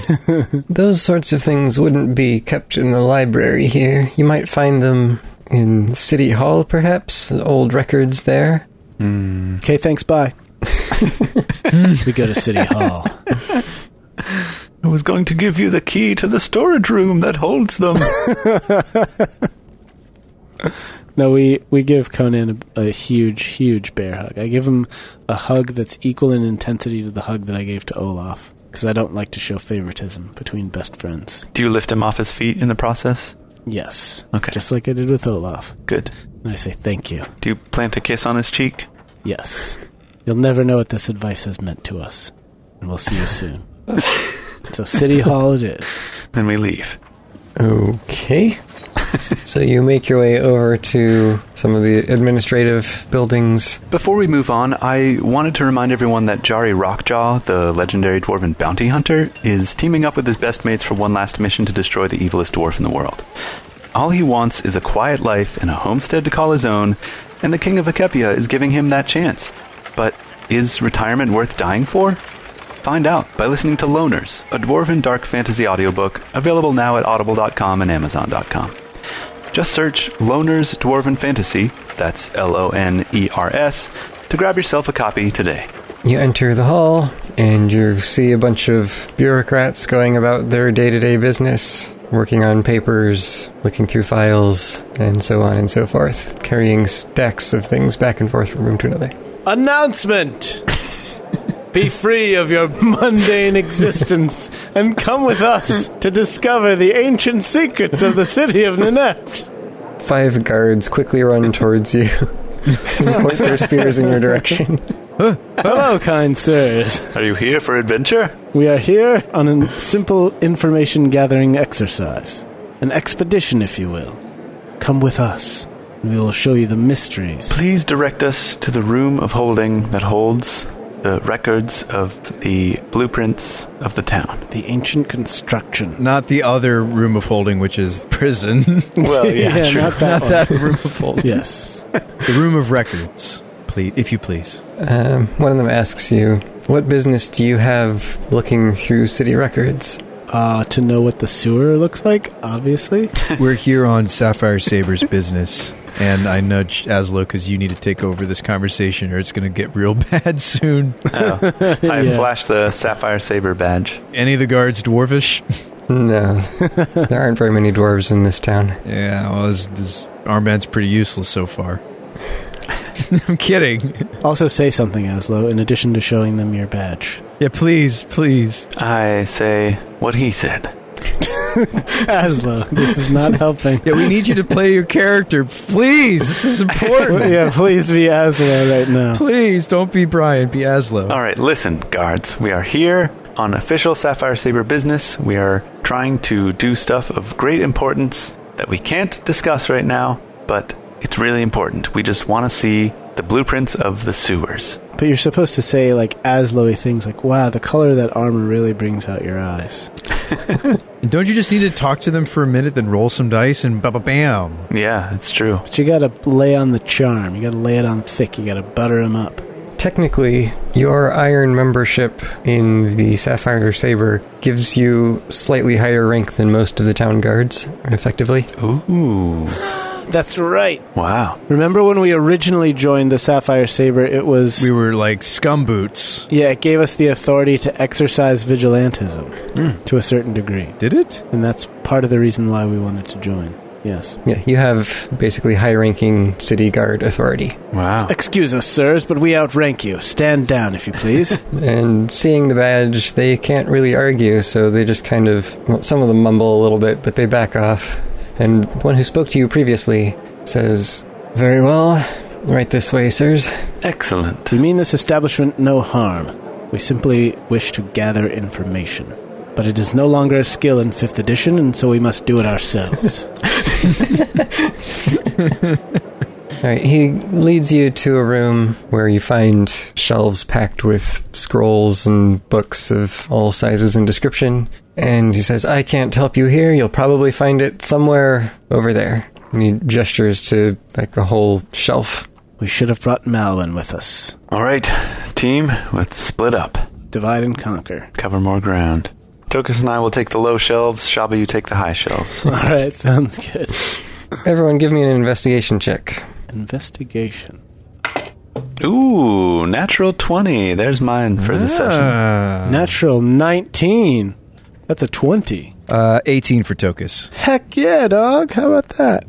Speaker 3: Those sorts of things wouldn't be kept in the library here. You might find them in City Hall, perhaps, the old records there.
Speaker 4: Okay, thanks, bye. we go to City Hall.
Speaker 1: I was going to give you the key to the storage room that holds them.
Speaker 4: No, we, we give Conan a, a huge, huge bear hug. I give him a hug that's equal in intensity to the hug that I gave to Olaf, because I don't like to show favoritism between best friends.
Speaker 1: do you lift him off his feet in the process?
Speaker 4: Yes.
Speaker 1: Okay.
Speaker 4: Just like I did with Olaf.
Speaker 1: Good.
Speaker 4: And I say, thank you.
Speaker 1: Do you plant a kiss on his cheek?
Speaker 4: Yes. You'll never know what this advice has meant to us. And we'll see you soon. so, City Hall it is.
Speaker 1: Then we leave.
Speaker 3: Okay. so you make your way over to some of the administrative buildings.
Speaker 1: Before we move on, I wanted to remind everyone that Jari Rockjaw, the legendary dwarven bounty hunter, is teaming up with his best mates for one last mission to destroy the evilest dwarf in the world. All he wants is a quiet life and a homestead to call his own, and the King of Akepia is giving him that chance. But is retirement worth dying for? Find out by listening to Loners, a dwarven dark fantasy audiobook available now at audible.com and amazon.com. Just search Loners Dwarven Fantasy, that's L O N E R S, to grab yourself a copy today.
Speaker 3: You enter the hall and you see a bunch of bureaucrats going about their day to day business, working on papers, looking through files, and so on and so forth, carrying stacks of things back and forth from room to another.
Speaker 4: Announcement! Be free of your mundane existence and come with us to discover the ancient secrets of the city of Nineveh.
Speaker 3: Five guards quickly run towards you and point their spears in your direction.
Speaker 4: Hello, kind sirs.
Speaker 1: Are you here for adventure?
Speaker 4: We are here on a simple information gathering exercise, an expedition, if you will. Come with us, and we will show you the mysteries.
Speaker 1: Please direct us to the room of holding that holds the records of the blueprints of the town.
Speaker 4: The ancient construction.
Speaker 5: Not the other room of holding, which is prison.
Speaker 1: Well, yeah, sure.
Speaker 4: not that one.
Speaker 5: that room of holding.
Speaker 4: Yes.
Speaker 5: The room of records, please, if you please.
Speaker 3: Um, one of them asks you, What business do you have looking through city records?
Speaker 4: Uh, to know what the sewer looks like, obviously.
Speaker 5: We're here on Sapphire Saber's business, and I nudge Aslo because you need to take over this conversation, or it's going to get real bad soon.
Speaker 1: Oh, I
Speaker 4: Yeah.
Speaker 1: flashed the Sapphire Saber badge.
Speaker 5: Any of the guards dwarfish?
Speaker 3: No, there aren't very many dwarves in this town.
Speaker 5: Yeah, well, this, this armband's pretty useless so far. I'm kidding.
Speaker 4: Also, say something, Aslo, in addition to showing them your badge.
Speaker 5: Yeah, please, please.
Speaker 1: I say what he said.
Speaker 4: Aslo, this is not helping.
Speaker 5: Yeah, we need you to play your character. Please, this is important.
Speaker 4: yeah, please be Aslo right now.
Speaker 5: Please don't be Brian, be Aslo.
Speaker 1: All right, listen, guards. We are here on official Sapphire Saber business. We are trying to do stuff of great importance that we can't discuss right now, but it's really important. We just want to see the blueprints of the sewers.
Speaker 4: But you're supposed to say, like, Aslo things like, wow, the color of that armor really brings out your eyes.
Speaker 5: And Don't you just need to talk to them for a minute, then roll some dice and ba ba bam?
Speaker 1: Yeah, it's true.
Speaker 4: But you gotta lay on the charm. You gotta lay it on thick. You gotta butter him up.
Speaker 3: Technically, your iron membership in the Sapphire Saber gives you slightly higher rank than most of the town guards, effectively.
Speaker 1: Ooh.
Speaker 4: That's right.
Speaker 1: Wow.
Speaker 4: Remember when we originally joined the Sapphire Saber? It was.
Speaker 5: We were like scum boots.
Speaker 4: yeah, it gave us the authority to exercise vigilantism to a certain degree.
Speaker 5: Did it?
Speaker 4: And that's part of the reason why we wanted to join. Yes.
Speaker 3: Yeah, you have basically high ranking city guard authority.
Speaker 1: Wow.
Speaker 4: Excuse us, sirs, but we outrank you. Stand down, if you please.
Speaker 3: And seeing the badge, they can't really argue, so they just kind of, well, some of them mumble a little bit, but they back off. And one who spoke to you previously says, Very well, right this way, sirs.
Speaker 1: Excellent.
Speaker 4: we mean this establishment no harm. We simply wish to gather information. But it is no longer a skill in 5th edition, and so we must do it ourselves.
Speaker 3: All right, he leads you to a room where you find shelves packed with scrolls and books of all sizes and description. And he says, I can't help you here. You'll probably find it somewhere over there. And he gestures to like a whole shelf.
Speaker 4: we should have brought Malwin with us.
Speaker 1: All right, team, let's split up.
Speaker 4: Divide and conquer.
Speaker 1: Cover more ground. Tokus and I will take the low shelves. Shaba, you take the high shelves.
Speaker 4: All right, sounds good.
Speaker 3: Everyone, give me an investigation check.
Speaker 4: Investigation.
Speaker 1: Ooh, natural 20. There's mine for the session.
Speaker 5: Ah.
Speaker 4: Natural 19. That's a 20.
Speaker 5: Uh, 18 for Tokus.
Speaker 4: Heck yeah, dog. How about that?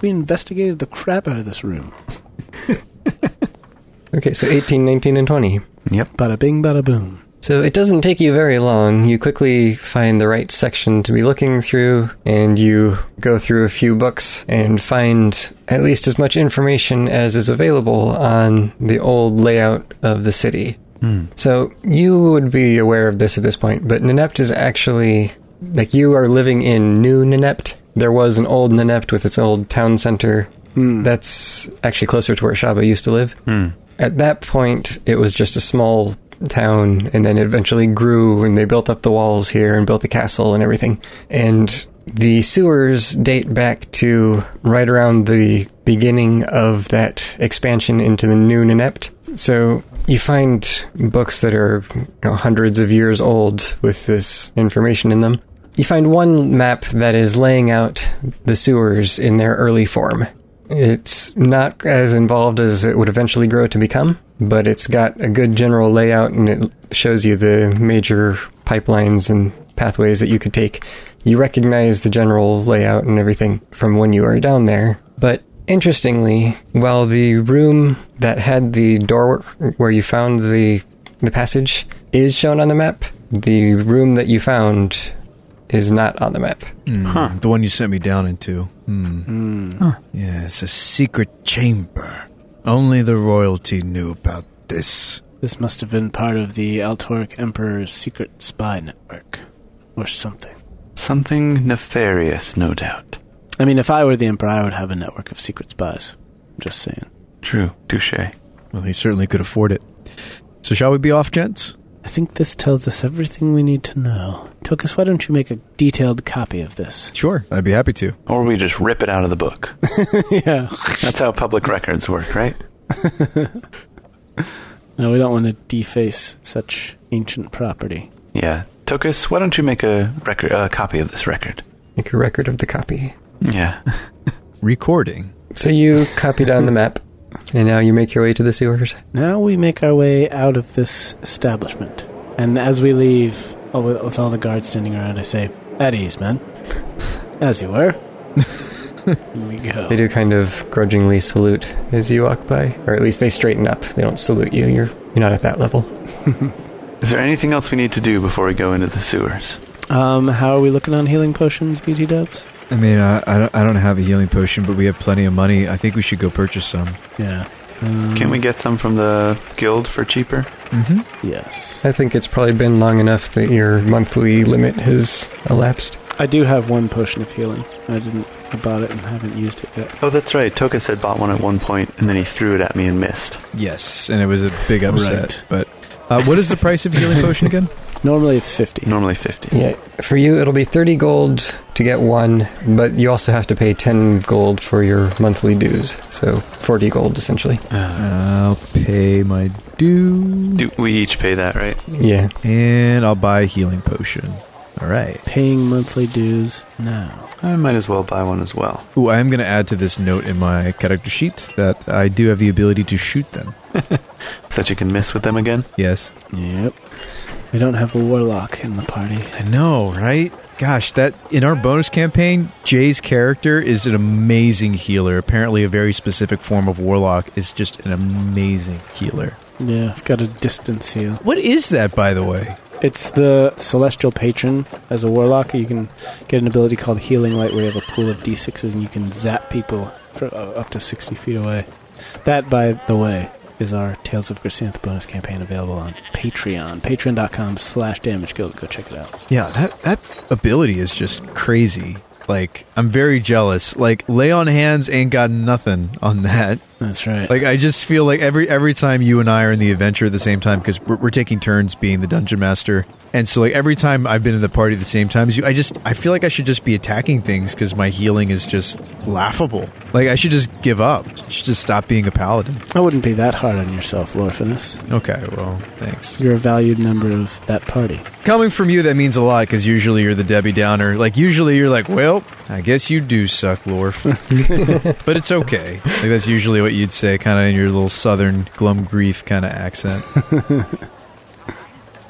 Speaker 4: We investigated the crap out of this room.
Speaker 3: Okay, so 18, 19, and 20.
Speaker 4: Bada bing, bada boom.
Speaker 3: So it doesn't take you very long. You quickly find the right section to be looking through, and you go through a few books and find at least as much information as is available on the old layout of the city. So you would be aware of this at this point, but Nenept is actually like you are living in new Nenept. There was an old Nenept with its old town center. That's actually closer to where Shaba used to live. At that point, it was just a small town, and then it eventually grew, and they built up the walls here and built the castle and everything. And the sewers date back to right around the beginning of that expansion into the new Nenept. So you find books that are you know, hundreds of years old with this information in them. You find one map that is laying out the sewers in their early form. It's not as involved as it would eventually grow to become, but it's got a good general layout and it shows you the major pipelines and pathways that you could take. You recognize the general layout and everything from when you are down there, but interestingly, while the room that had the door where you found the the passage is shown on the map, the room that you found is not on the map.
Speaker 5: Hmm, The one you sent me down into. Hmm. Yeah, it's a secret chamber. Only the royalty knew about this.
Speaker 4: This must have been part of the Altoric Emperor's secret spy network. Or something.
Speaker 1: Something nefarious, no doubt.
Speaker 4: I mean, if I were the Emperor, I would have a network of secret spies. I'm just saying.
Speaker 1: True. Touche.
Speaker 5: Well, he certainly could afford it. So, shall we be off, gents?
Speaker 4: I think this tells us everything we need to know. Tokus, why don't you make a detailed copy of this?
Speaker 5: Sure. I'd be happy to.
Speaker 1: Or we just rip it out of the book.
Speaker 4: yeah.
Speaker 1: That's how public records work, right?
Speaker 4: No, we don't want to deface such ancient property.
Speaker 1: Yeah. Tokus, why don't you make a record, a copy of this record?
Speaker 3: Make a record of the copy.
Speaker 1: Yeah.
Speaker 5: Recording.
Speaker 3: So you copy down the map, and now you make your way to the sewers.
Speaker 4: Now we make our way out of this establishment. And as we leave, oh, with, with all the guards standing around, I say, At ease, men. As you were. Here we
Speaker 3: They
Speaker 4: go.
Speaker 3: do kind of grudgingly salute as you walk by, or at least they straighten up. They don't salute you. You're you're not at that level.
Speaker 1: Is there anything else we need to do before we go into the sewers?
Speaker 4: Um, how are we looking on healing potions, BT dubs?
Speaker 5: I mean, I, I, don't, I don't have a healing potion, but we have plenty of money. I think we should go purchase some.
Speaker 4: Yeah. Um,
Speaker 1: Can we get some from the guild for cheaper?
Speaker 5: Mm-hmm.
Speaker 4: Yes.
Speaker 3: I think it's probably been long enough that your monthly limit has elapsed.
Speaker 4: I do have one potion of healing. I didn't. I bought it and haven't used it yet.
Speaker 1: Oh, that's right. Tokus had bought one at one point, and then he threw it at me and missed.
Speaker 5: Yes, and it was a big
Speaker 4: upset,
Speaker 5: upset. But uh, what is the price of healing potion again?
Speaker 4: Normally it's 50.
Speaker 1: Normally 50.
Speaker 3: Yeah, for you it'll be 30 gold to get one, but you also have to pay 10 gold for your monthly dues. So 40 gold essentially.
Speaker 5: I'll pay my due,
Speaker 1: Do we each pay that, right?
Speaker 3: Yeah.
Speaker 5: and I'll buy a healing potion. All right.
Speaker 4: Paying monthly dues now.
Speaker 1: I might as well buy one as well.
Speaker 5: Ooh, I am going to add to this note in my character sheet that I do have the ability to shoot them.
Speaker 1: So that you can miss with them again?
Speaker 5: Yes.
Speaker 4: Yep. We don't have a warlock in the party.
Speaker 5: I know, right? Gosh, that in our bonus campaign, Jay's character is an amazing healer. Apparently, a very specific form of warlock is just an amazing healer.
Speaker 4: Yeah, I've got a distance heal.
Speaker 5: What is that, by the way?
Speaker 4: It's the celestial patron. As a warlock, you can get an ability called Healing Light, where you have a pool of d6s and you can zap people for, uh, up to 60 feet away. That, by the way, is our Tales of Chrysanth bonus campaign available on Patreon. Patreon.com slash damage guild. Go check it out.
Speaker 5: Yeah, that that ability is just crazy. Like, I'm very jealous. Like, lay on hands ain't got nothing on that.
Speaker 4: That's right.
Speaker 5: Like, I just feel like every every time you and I are in the adventure at the same time because we're, we're taking turns being the dungeon master, and so like every time I've been in the party at the same time as you, I just I feel like I should just be attacking things because my healing is just laughable. Like, I should just give up, Should just stop being a paladin.
Speaker 4: I wouldn't be that hard on yourself, Lorphanus.
Speaker 5: Okay, well, thanks.
Speaker 4: You're a valued member of that party.
Speaker 5: Coming from you, that means a lot because usually you're the Debbie Downer. Like usually you're like, well, I guess you do suck, Lorf, but it's okay. Like that's usually what you'd say, kind of in your little Southern glum grief kind of accent.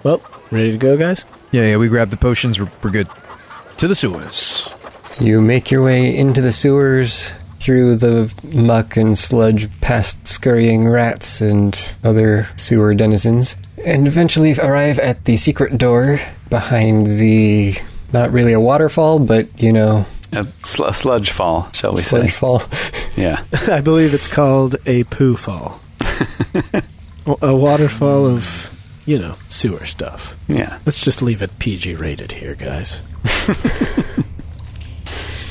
Speaker 4: Well, ready to go, guys?
Speaker 5: yeah, yeah. We grabbed the potions. We're, we're good. To the sewers.
Speaker 3: You make your way into the sewers, through the muck and sludge, past scurrying rats and other sewer denizens, and eventually arrive at the secret door behind the. Not really a waterfall, but you know,
Speaker 1: A sl- a sludge fall, shall we
Speaker 3: sludge
Speaker 1: say?
Speaker 3: fall.
Speaker 1: Yeah.
Speaker 4: I believe it's called a poo fall. a a waterfall of, you know, sewer stuff.
Speaker 1: Yeah.
Speaker 4: Let's just leave it PG rated here, guys.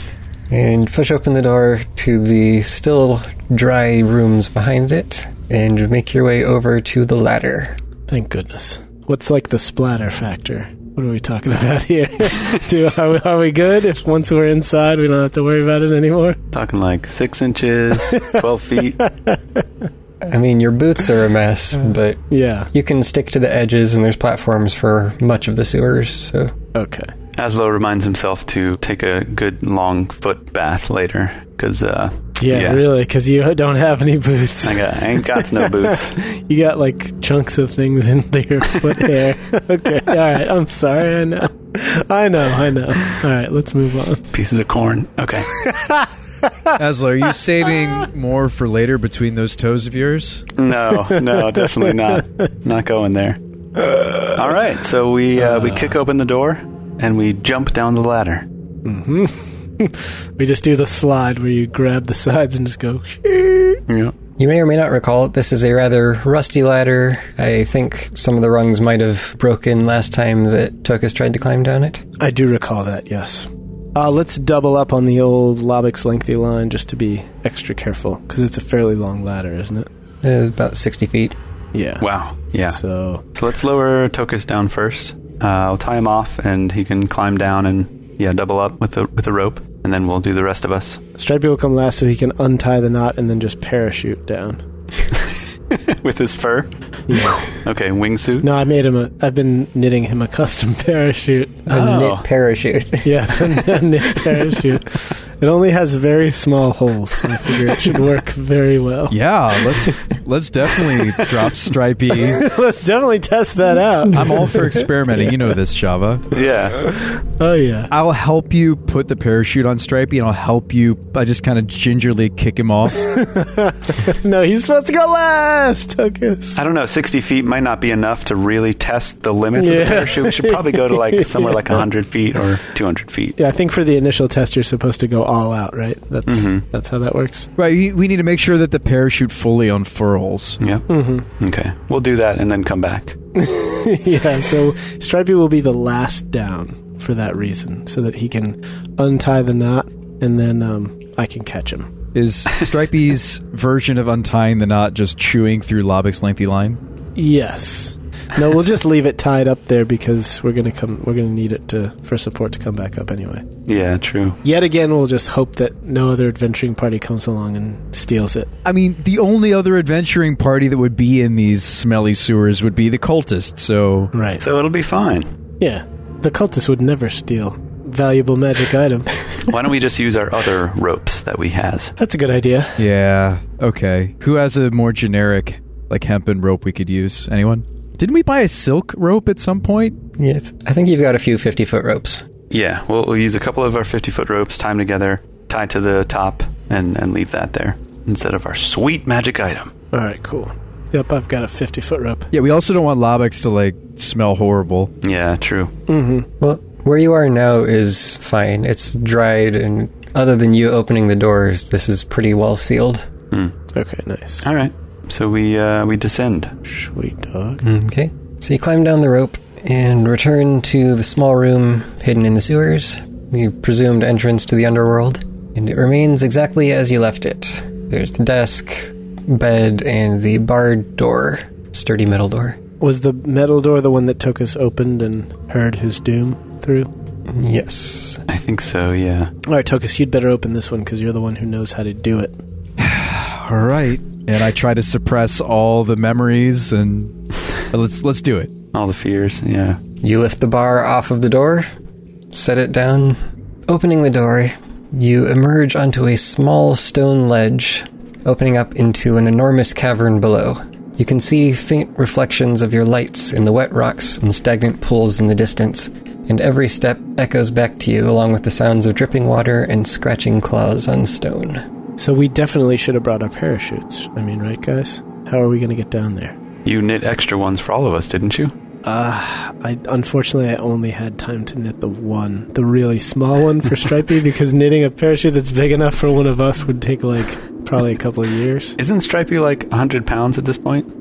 Speaker 3: and push open the door to the still dry rooms behind it, and make your way over to the ladder.
Speaker 4: Thank goodness. What's like the splatter factor? What are we talking about here? Do, are, we, are we good? If once we're inside, we don't have to worry about it anymore.
Speaker 1: Talking like six inches, 12 feet.
Speaker 3: I mean, your boots are a mess, but
Speaker 4: Yeah.
Speaker 3: you can stick to the edges, and there's platforms for much of the sewers, so
Speaker 4: Okay.
Speaker 1: Aslo reminds himself to take a good long foot bath later because uh,
Speaker 4: Yeah,
Speaker 1: Yeah.
Speaker 4: really, because you don't have any boots.
Speaker 1: I, got, I ain't got no boots.
Speaker 4: You got like chunks of things in your foot hair. okay. All right. I'm sorry. I know. I know. I know. All right. Let's move on.
Speaker 1: Pieces of corn. Okay.
Speaker 5: Asla, are you saving more for later between those toes of yours?
Speaker 1: No, no, definitely not. Not going there. All right, so we uh, we kick open the door and we jump down the ladder.
Speaker 4: We just do the slide where you grab the sides and just go.
Speaker 1: Yeah.
Speaker 3: You may or may not recall it. This is a rather rusty ladder. I think some of the rungs might have broken last time that Tokus tried to climb down it.
Speaker 4: I do recall that. Yes. Uh, let's double up on the old Lobbock's lengthy line just to be extra careful because it's a fairly long ladder, isn't it?
Speaker 3: It was about 60 feet.
Speaker 4: Yeah.
Speaker 1: Wow. Yeah. So
Speaker 4: So
Speaker 1: let's lower Tokus down first. Uh, I'll tie him off and he can climb down and yeah, double up with the with the rope, and then we'll do the rest of us.
Speaker 4: Stripey will come last so he can untie the knot and then just parachute down.
Speaker 1: with his fur. Okay, wingsuit.
Speaker 4: No, I made him a. I've been knitting him a custom parachute.
Speaker 3: A knit parachute.
Speaker 4: Yes, a knit parachute. It only has very small holes, so I figure it should work very well.
Speaker 5: Yeah, let's let's definitely drop Stripey.
Speaker 4: Let's definitely test that out.
Speaker 5: I'm all for experimenting. You know this, Java.
Speaker 1: Yeah.
Speaker 4: Oh yeah.
Speaker 5: I'll help you put the parachute on Stripey, and I'll help you. I just kind of gingerly kick him off.
Speaker 4: No, he's supposed to go last. Tokus.
Speaker 1: I don't know, 60 feet might not be enough to really test the limits of the
Speaker 4: Yeah.
Speaker 1: parachute. We should probably go to like somewhere like 100 feet or 200 feet.
Speaker 4: Yeah, I think for the initial test, you're supposed to go all out, right? That's that's how that works.
Speaker 5: right, we- we need to make sure that the parachute fully unfurls.
Speaker 1: Yeah. Mm-hmm. Okay. We'll do that and then come back.
Speaker 4: yeah. So Stripey will be the last down for that reason, so that he can untie the knot, and then um, I can catch him.
Speaker 5: Is Stripey's version of untying the knot just chewing through Lobbock's lengthy line?
Speaker 4: Yes. No, we'll just leave it tied up there because we're gonna come. We're gonna need it to for support to come back up anyway.
Speaker 1: Yeah, true.
Speaker 4: Yet again, we'll just hope that no other adventuring party comes along and steals it.
Speaker 5: I mean, the only other adventuring party that would be in these smelly sewers would be the cultists. So
Speaker 4: Right.
Speaker 1: So it'll be fine.
Speaker 4: Yeah. The cultists would never steal valuable magic item.
Speaker 1: Why don't we just use our other ropes that we has?
Speaker 4: That's a good idea.
Speaker 5: yeah, okay. Who has a more generic like hempen rope we could use? Anyone? Didn't we buy a silk rope at some point?
Speaker 3: Yeah, if- I think you've got a few 50 foot ropes.
Speaker 1: Yeah, we'll, we'll use a couple of our 50 foot ropes, tie 'em together, tie to the top, and, and leave that there instead of our sweet magic item.
Speaker 4: All right, cool. Yep, I've got a 50 foot rope.
Speaker 5: Yeah, we also don't want Lobex to like smell horrible.
Speaker 1: Yeah, true.
Speaker 3: Well, where you are now is fine. It's dried, and other than you opening the doors, this is pretty well sealed.
Speaker 4: Okay, nice.
Speaker 1: All right. So we uh, we descend.
Speaker 4: Sweet dog.
Speaker 3: Okay. So you climb down the rope and return to the small room hidden in the sewers, the presumed entrance to the underworld, and it remains exactly as you left it. There's the desk, bed, and the barred door, sturdy metal door.
Speaker 4: Was the metal door the one that took us opened and heard his doom through?
Speaker 3: Yes.
Speaker 1: I think so. Yeah.
Speaker 4: All right, Tokus, you'd better open this one because you're the one who knows how to do it.
Speaker 5: All right. And I try to suppress all the memories and let's let's do it.
Speaker 1: All the fears. Yeah.
Speaker 3: You lift the bar off of the door, set it down. Opening the door, you emerge onto a small stone ledge, opening up into an enormous cavern below. You can see faint reflections of your lights in the wet rocks and stagnant pools in the distance, and every step echoes back to you along with the sounds of dripping water and scratching claws on stone.
Speaker 4: So we definitely should have brought our parachutes. I mean, right, guys? How are we going to get down there?
Speaker 1: You knit extra ones for all of us, didn't you?
Speaker 4: Ah, I unfortunately I only had time to knit the one, the really small one for Stripey because knitting a parachute that's big enough for one of us would take like probably a couple of years.
Speaker 1: Isn't Stripey like 100 pounds at this point?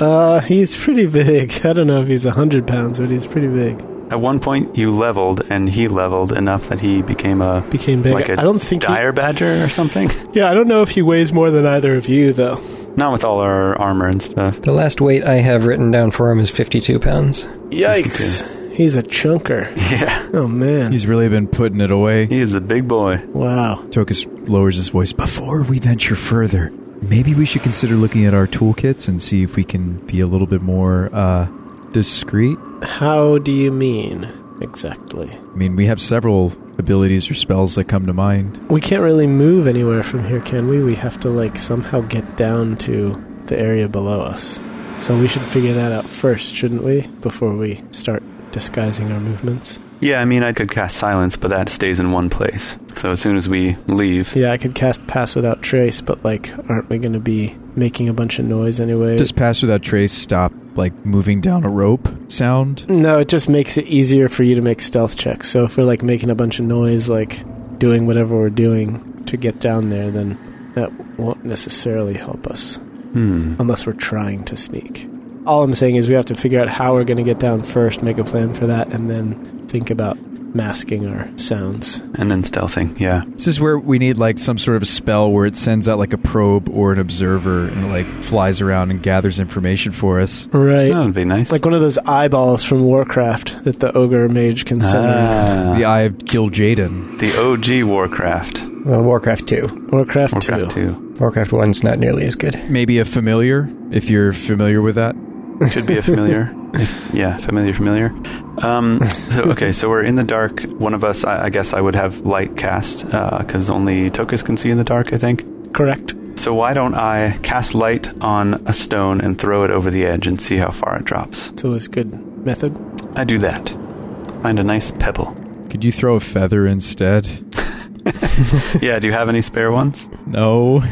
Speaker 4: Uh, he's pretty big. I don't know if he's a hundred pounds, but he's pretty big.
Speaker 1: At one point, you leveled, and he leveled enough that he became a
Speaker 4: Became big.
Speaker 1: like
Speaker 4: I
Speaker 1: a
Speaker 4: I don't think. he-
Speaker 1: dire badger or something.
Speaker 4: yeah, I don't know if he weighs more than either of you though.
Speaker 1: Not with all our armor and stuff.
Speaker 3: The last weight I have written down for him is 52 pounds.
Speaker 4: Yikes! He's a chunker.
Speaker 1: Yeah,
Speaker 4: Oh man!
Speaker 5: He's really been putting it away.
Speaker 1: he is a big boy.
Speaker 4: wow.
Speaker 5: Tokus lowers his voice. Before we venture further, maybe we should consider looking at our toolkits and see if we can be a little bit more uh, discreet.
Speaker 4: How do you mean exactly?
Speaker 5: I mean, we have several abilities or spells that come to mind.
Speaker 4: We can't really move anywhere from here, can we? We have to, like, somehow get down to the area below us. So we should figure that out first, shouldn't we? Before we start disguising our movements.
Speaker 1: Yeah, I mean, I could cast silence, but that stays in one place. So as soon as we leave,
Speaker 4: Yeah, I could cast Pass Without Trace, but, like, aren't we gonna be making a bunch of noise anyway?
Speaker 5: Does pass without trace stop like moving down a rope sound?
Speaker 4: no, it just makes it easier for you to make stealth checks. So if we're, like, making a bunch of noise, like, doing whatever we're doing to get down there, then that won't necessarily help us.
Speaker 1: hmm.
Speaker 4: unless we're trying to sneak. All I'm saying is we have to figure out how we're going to get down first, make a plan for that, and then think about masking our sounds.
Speaker 1: And then stealthing, yeah.
Speaker 5: This is where we need like some sort of spell where it sends out like a probe or an observer and it, like flies around and gathers information for us.
Speaker 4: Right.
Speaker 1: That would be nice.
Speaker 4: Like one of those eyeballs from Warcraft that the ogre mage can send. around.
Speaker 1: ah,
Speaker 5: The Eye of Kill Jaden.
Speaker 1: the OG Warcraft.
Speaker 3: Well, Warcraft 2.
Speaker 4: Warcraft,
Speaker 1: Warcraft
Speaker 4: 2.
Speaker 1: 2.
Speaker 3: Warcraft 1's not nearly as good.
Speaker 5: Maybe a familiar, if you're familiar with that.
Speaker 1: Should be a familiar. If- yeah, familiar, familiar. Um, so, okay, so we're in the dark. One of us, I, I guess I would have light cast, because only Tokus can see in the dark, I think.
Speaker 4: Correct.
Speaker 1: So why don't I cast light on a stone and throw it over the edge and see how far it drops?
Speaker 4: So it's good method.
Speaker 1: I do that. Find a nice pebble.
Speaker 5: Could you throw a feather instead?
Speaker 1: Yeah, do you have any spare ones?
Speaker 5: No.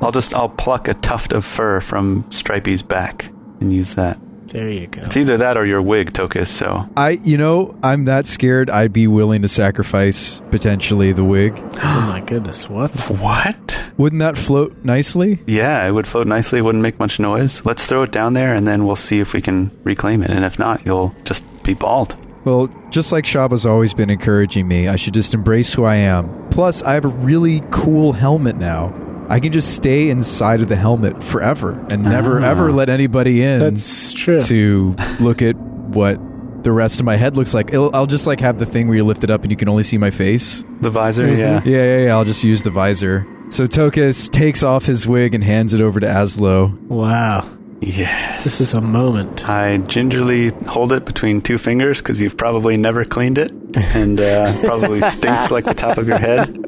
Speaker 1: I'll just I'll pluck a tuft of fur from Stripey's back and use that.
Speaker 4: There you go.
Speaker 1: It's either that or your wig, Tokus, so
Speaker 5: I, you know, I'm that scared. I'd be willing to sacrifice potentially the wig.
Speaker 4: oh my goodness, what?
Speaker 1: What?
Speaker 5: Wouldn't that float nicely?
Speaker 1: Yeah, it would float nicely, it wouldn't make much noise. Let's throw it down there and then we'll see if we can reclaim it. And if not, you'll just be bald.
Speaker 5: Well, just like Shaba's always been encouraging me, I should just embrace who I am. Plus, I have a really cool helmet now. I can just stay inside of the helmet forever and never
Speaker 1: Ah.
Speaker 5: ever let anybody in
Speaker 4: That's true.
Speaker 5: to look at what the rest of my head looks like. It'll, I'll just like have the thing where you lift it up and you can only see my face.
Speaker 1: The visor, yeah.
Speaker 5: Yeah, yeah, yeah. I'll just use the visor. So Tokus takes off his wig and hands it over to Aslo.
Speaker 4: Wow.
Speaker 1: Yes.
Speaker 4: This is a moment.
Speaker 1: I gingerly hold it between two fingers because you've probably never cleaned it and uh, probably stinks like the top of your head.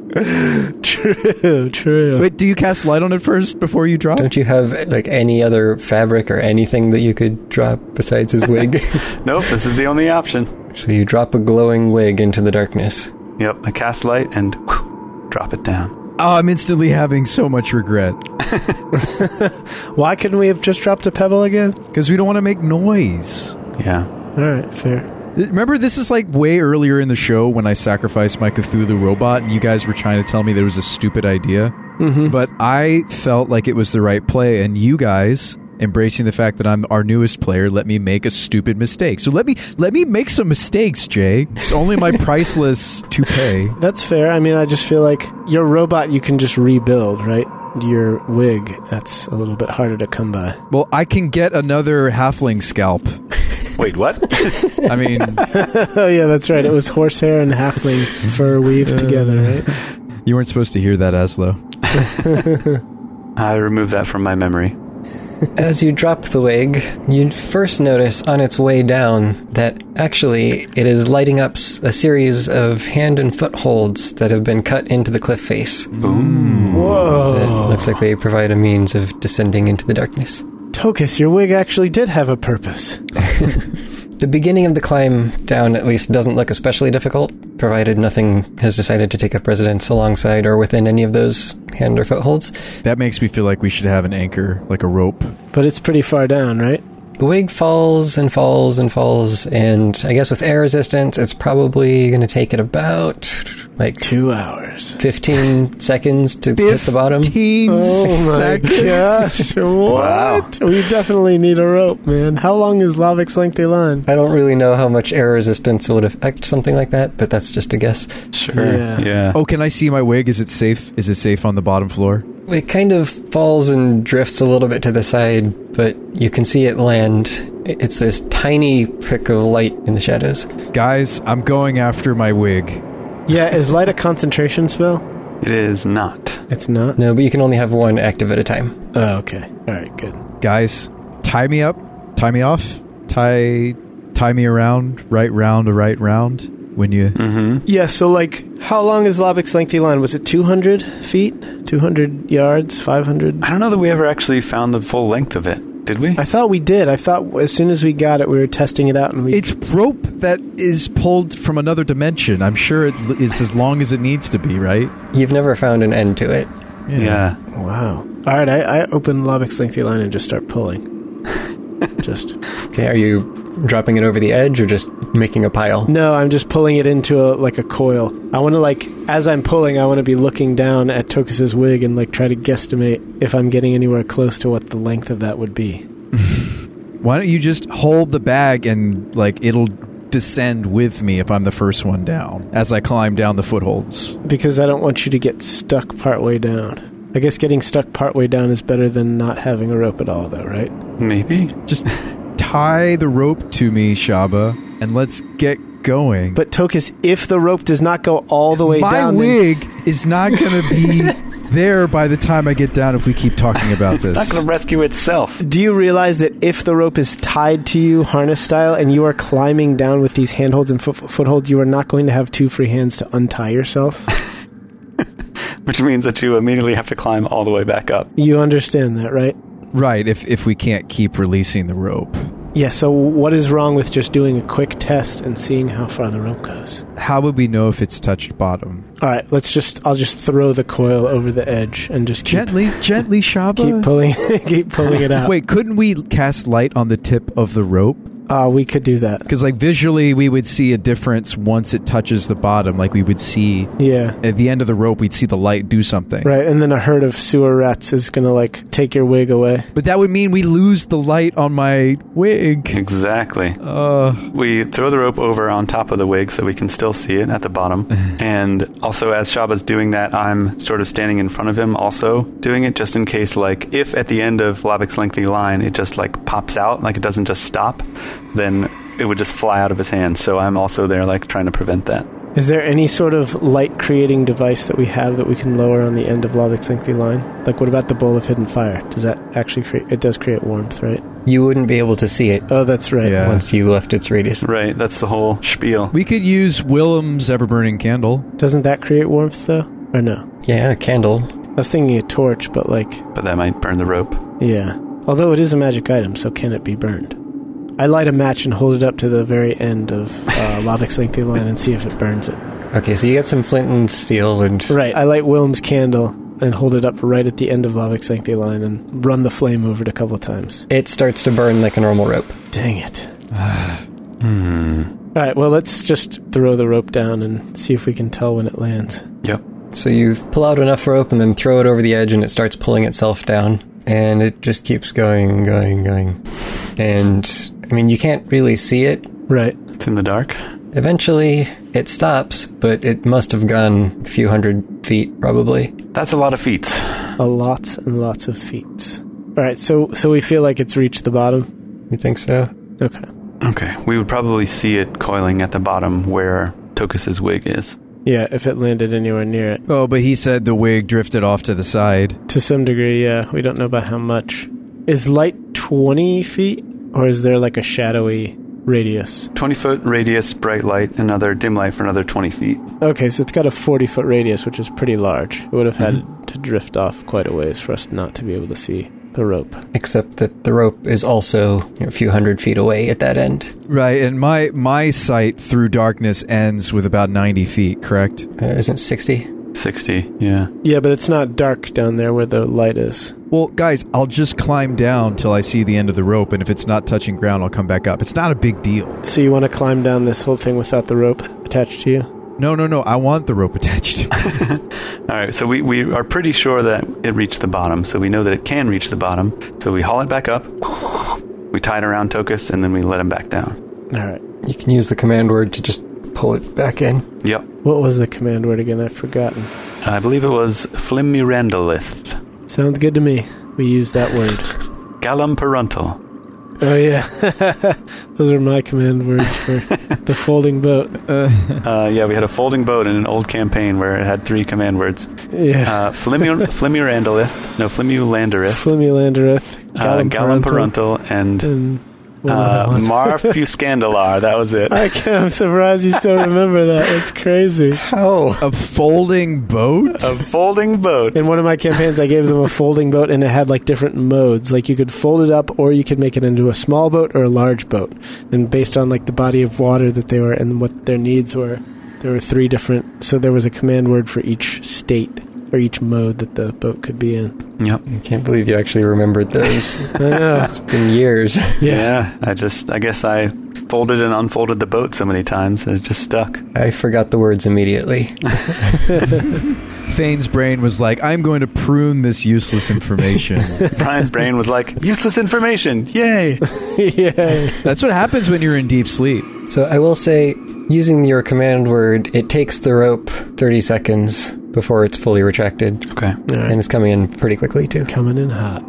Speaker 4: True, true.
Speaker 5: Wait, do you cast light on it first before you drop?
Speaker 3: Don't you have like any other fabric or anything that you could drop besides his wig?
Speaker 1: Nope, this is the only option.
Speaker 3: so you drop a glowing wig into the darkness.
Speaker 1: Yep, I cast light and whew, drop it down.
Speaker 5: Oh, I'm instantly having so much regret
Speaker 4: Why couldn't we have just dropped a pebble again?
Speaker 5: because we don't want to make noise.
Speaker 1: Yeah.
Speaker 4: All right, fair.
Speaker 5: Remember, this is like way earlier in the show when I sacrificed my Cthulhu robot, and you guys were trying to tell me there was a stupid idea. But I felt like it was the right play, and you guys, embracing the fact that I'm our newest player, let me make a stupid mistake. So let me let me make some mistakes, Jay. It's only my priceless to pay.
Speaker 4: That's fair. I mean, I just feel like your robot you can just rebuild, right? Your wig, that's a little bit harder to come by.
Speaker 5: Well, I can get another halfling scalp.
Speaker 1: Wait, what?
Speaker 5: I mean,
Speaker 4: Oh, yeah, that's right. It was horsehair and halfling fur
Speaker 1: Uh,
Speaker 4: weaved together, right?
Speaker 5: you weren't supposed to hear that, Aslo.
Speaker 1: I removed that from my memory.
Speaker 3: As you drop the wig, you first notice on its way down that actually it is lighting up s- a series of hand and foot holds that have been cut into the cliff face.
Speaker 4: Mm.
Speaker 3: It
Speaker 4: Whoa.
Speaker 3: looks like they provide a means of descending into the darkness.
Speaker 4: Tokus, your wig actually did have a purpose.
Speaker 3: The beginning of the climb down at least doesn't look especially difficult, provided nothing has decided to take up residence alongside or within any of those hand or footholds.
Speaker 5: That makes me feel like we should have an anchor, like a rope.
Speaker 4: But it's pretty far down, right?
Speaker 3: The wig falls and falls and falls, and I guess with air resistance, it's probably going to take it about like
Speaker 4: Two hours.
Speaker 3: 15 seconds to hit the bottom.
Speaker 4: Oh my gosh. What? We definitely need a rope, man. How long is Lavic's lengthy line?
Speaker 3: I don't really know how much air resistance would affect something like that, but that's just a guess.
Speaker 1: Sure.
Speaker 4: Yeah.
Speaker 1: yeah.
Speaker 5: Oh, can I see my wig? Is it safe? Is it safe on the bottom floor?
Speaker 3: It kind of falls and drifts a little bit to the side, but you can see it land. It's this tiny prick of light in the shadows.
Speaker 5: Guys, I'm going after my wig.
Speaker 4: Yeah, is light a concentration spell?
Speaker 1: It is not.
Speaker 4: It's not.
Speaker 3: No, but you can only have one active at a time.
Speaker 4: Oh, okay. All right, good.
Speaker 5: Guys, tie me up, tie me off, tie tie me around, right round, a right round. When you
Speaker 1: Mm-hmm.
Speaker 4: Yeah, so like, how long is Lavic's lengthy line? Was it 200 feet? 200 yards? 500?
Speaker 1: I don't know that we ever actually found the full length of it, did we?
Speaker 4: I thought we did. I thought as soon as we got it, we were testing it out and we.
Speaker 5: It's rope that is pulled from another dimension. I'm sure it l- is as long as it needs to be, right?
Speaker 3: You've never found an end to it.
Speaker 1: yeah.
Speaker 4: wow. All right, I, I open Lavic's lengthy line and just start pulling. just.
Speaker 3: Okay, are you dropping it over the edge or just making a pile?
Speaker 4: No, I'm just pulling it into a like a coil. I want to like as I'm pulling, I want to be looking down at Tokus's wig and like try to guesstimate if I'm getting anywhere close to what the length of that would be.
Speaker 5: Why don't you just hold the bag and like it'll descend with me if I'm the first one down as I climb down the footholds.
Speaker 4: Because I don't want you to get stuck partway down. I guess getting stuck partway down is better than not having a rope at all, though, right?
Speaker 1: Maybe.
Speaker 5: Just tie the rope to me, Shaba, and let's get going.
Speaker 4: But Tokus, if the rope does not go all the way
Speaker 5: my
Speaker 4: down, then-
Speaker 5: wig is not going to be there by the time I get down if we keep talking about
Speaker 1: It's not
Speaker 5: this.
Speaker 1: going to rescue itself.
Speaker 4: do you realize that if the rope is tied to you harness style and you are climbing down with these handholds and foot- footholds, you are not going to have two free hands to untie yourself?
Speaker 1: Which means that you immediately have to climb all the way back up.
Speaker 4: you understand that, right?
Speaker 5: Right, if if we can't keep releasing the rope.
Speaker 4: Yeah, so what is wrong with just doing a quick test and seeing how far the rope goes?
Speaker 5: How would we know if it's touched bottom?
Speaker 4: All right, let's just I'll just throw the coil over the edge and just keep
Speaker 5: Gently, gently, Shaba.
Speaker 4: keep pulling keep pulling it out.
Speaker 5: Wait, couldn't we cast light on the tip of the rope?
Speaker 4: Ah, we could do that.
Speaker 5: Because like visually, we would see a difference once it touches the bottom. Like we would see
Speaker 4: Yeah.
Speaker 5: at the end of the rope, we'd see the light do something.
Speaker 4: Right, and then a herd of sewer rats is going to like take your wig away.
Speaker 5: But that would mean we lose the light on my wig.
Speaker 1: Exactly.
Speaker 5: Uh,
Speaker 1: We throw the rope over on top of the wig so we can still see it at the bottom. and also, as Shaba's doing that, I'm sort of standing in front of him, also doing it just in case, like, if at the end of Lavic's lengthy line it just, like, pops out, like it doesn't just stop, then it would just fly out of his hand. So I'm also there, like, trying to prevent that.
Speaker 4: Is there any sort of light creating device that we have that we can lower on the end of Lavik's lengthy line? Like, what about the bowl of hidden fire? Does that actually create? It does create warmth, right?
Speaker 3: You wouldn't be able to see it
Speaker 4: Oh, that's right.
Speaker 5: Yeah.
Speaker 3: once you left its radius.
Speaker 1: Right, that's the whole spiel.
Speaker 5: We could use Willem's ever burning candle.
Speaker 4: Doesn't that create warmth though, or no?
Speaker 3: Yeah, a candle.
Speaker 4: I was thinking a torch, but like,
Speaker 1: But that might burn the rope.
Speaker 4: yeah. Although it is a magic item, so can it be burned? I light a match and hold it up to the very end of uh, Lavik's lengthy line and see if it burns it.
Speaker 3: Okay, so you got some flint and steel and
Speaker 4: Right. I light Willem's candle and hold it up right at the end of Lavik's lengthy line and run the flame over it a couple times.
Speaker 3: it starts to burn like a normal rope.
Speaker 4: Dang it. All right, well, let's just throw the rope down and see if we can tell when it lands.
Speaker 1: Yep.
Speaker 3: So you pull out enough rope and then throw it over the edge and it starts pulling itself down and it just keeps going and going and going. And I mean, you can't really see it.
Speaker 4: Right.
Speaker 1: It's in the dark.
Speaker 3: Eventually, it stops, but it must have gone a few hundred feet probably.
Speaker 1: That's a lot of feats.
Speaker 4: A lot and lots of feet. All right, so so we feel like it's reached the bottom.
Speaker 3: You think so?
Speaker 4: Okay.
Speaker 1: Okay, we would probably see it coiling at the bottom where Tokus's wig is.
Speaker 4: Yeah, if it landed anywhere near it.
Speaker 5: Oh, but he said the wig drifted off to the side.
Speaker 4: To some degree, yeah. We don't know about how much. Is light 20 feet, or is there like a shadowy radius?
Speaker 1: 20 foot radius, bright light, another dim light for another 20 feet.
Speaker 4: Okay, so it's got a 40 foot radius, which is pretty large. It would have had to drift off quite a ways for us not to be able to see the rope.
Speaker 3: Except that the rope is also you know, a few hundred feet away at that end.
Speaker 5: Right, and my my sight through darkness ends with about ninety feet. Correct.
Speaker 3: Uh, isn't 60?
Speaker 1: 60, yeah.
Speaker 4: Yeah, but it's not dark down there where the light is.
Speaker 5: Well, guys, I'll just climb down till I see the end of the rope, and if it's not touching ground, I'll come back up. It's not a big deal.
Speaker 4: So you want to climb down this whole thing without the rope attached to you?
Speaker 5: No, no, no. I want the rope attached.
Speaker 1: All right, so we, we are pretty sure that it reached the bottom, so we know that it can reach the bottom. So we haul it back up, we tie it around Tokus, and then we let him back down.
Speaker 4: All right.
Speaker 3: You can use the command word to just pull it back in.
Speaker 1: Yep.
Speaker 4: What was the command word again? I've forgotten.
Speaker 1: I believe it was Flimmirandolith.
Speaker 4: Sounds good to me. We use that word.
Speaker 1: Gallum Parental.
Speaker 4: Oh yeah, those are my command words for the folding boat.
Speaker 1: Uh, yeah, we had a folding boat in an old campaign where it had three command words.
Speaker 4: Yeah,
Speaker 1: Uh, Flimmu- Flimmirandolith, no, Flimulanderith,
Speaker 4: Flimilandereth,
Speaker 1: uh, Gallum Parental, and
Speaker 4: and one other
Speaker 1: uh,
Speaker 4: one.
Speaker 1: Marfuscandalar. That was it.
Speaker 4: I can't, I'm surprised you still remember that. That's crazy.
Speaker 3: Oh!
Speaker 5: a folding boat.
Speaker 1: A folding boat.
Speaker 4: In one of my campaigns, I gave them a folding boat, and it had like different modes. Like you could fold it up, or you could make it into a small boat or a large boat. And based on like the body of water that they were and what their needs were, there were three different. So there was a command word for each state or each mode that the boat could be in.
Speaker 1: Yep.
Speaker 3: I can't believe you actually remembered those.
Speaker 4: I know.
Speaker 3: it's been years.
Speaker 1: Yeah. I just, I guess I folded and unfolded the boat so many times, it just stuck.
Speaker 3: I forgot the words immediately.
Speaker 5: Thane's brain was like, "I'm going to prune this useless information."
Speaker 1: Brian's brain was like, useless information. Yay.
Speaker 4: yeah.
Speaker 5: That's what happens when you're in deep sleep.
Speaker 3: So I will say, using your command word, it takes the rope 30 seconds before it's fully retracted,
Speaker 1: Okay.
Speaker 3: and it's coming in pretty quickly too.
Speaker 4: Coming in hot.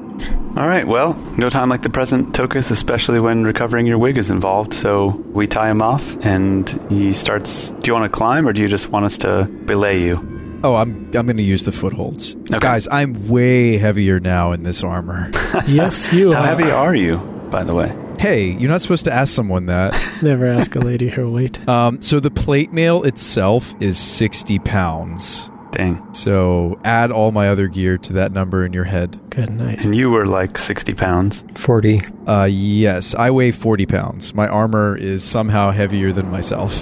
Speaker 1: All right. Well, no time like the present, Tokus, especially when recovering your wig is involved. So we tie him off and he starts. Do you want to climb or do you just want us to belay you?
Speaker 5: Oh, I'm I'm going to use the footholds, guys. I'm way heavier now in this armor.
Speaker 4: Yes, you
Speaker 1: How
Speaker 4: are.
Speaker 1: heavy are you, by the way?
Speaker 5: hey, you're not supposed to ask someone that.
Speaker 4: Never ask a lady her weight.
Speaker 5: Um, so the plate mail itself is 60 pounds.
Speaker 1: Dang.
Speaker 5: So add all my other gear to that number in your head.
Speaker 4: Good night.
Speaker 1: And you were like 60 pounds.
Speaker 3: 40.
Speaker 5: Uh, yes, I weigh 40 pounds. My armor is somehow heavier than myself.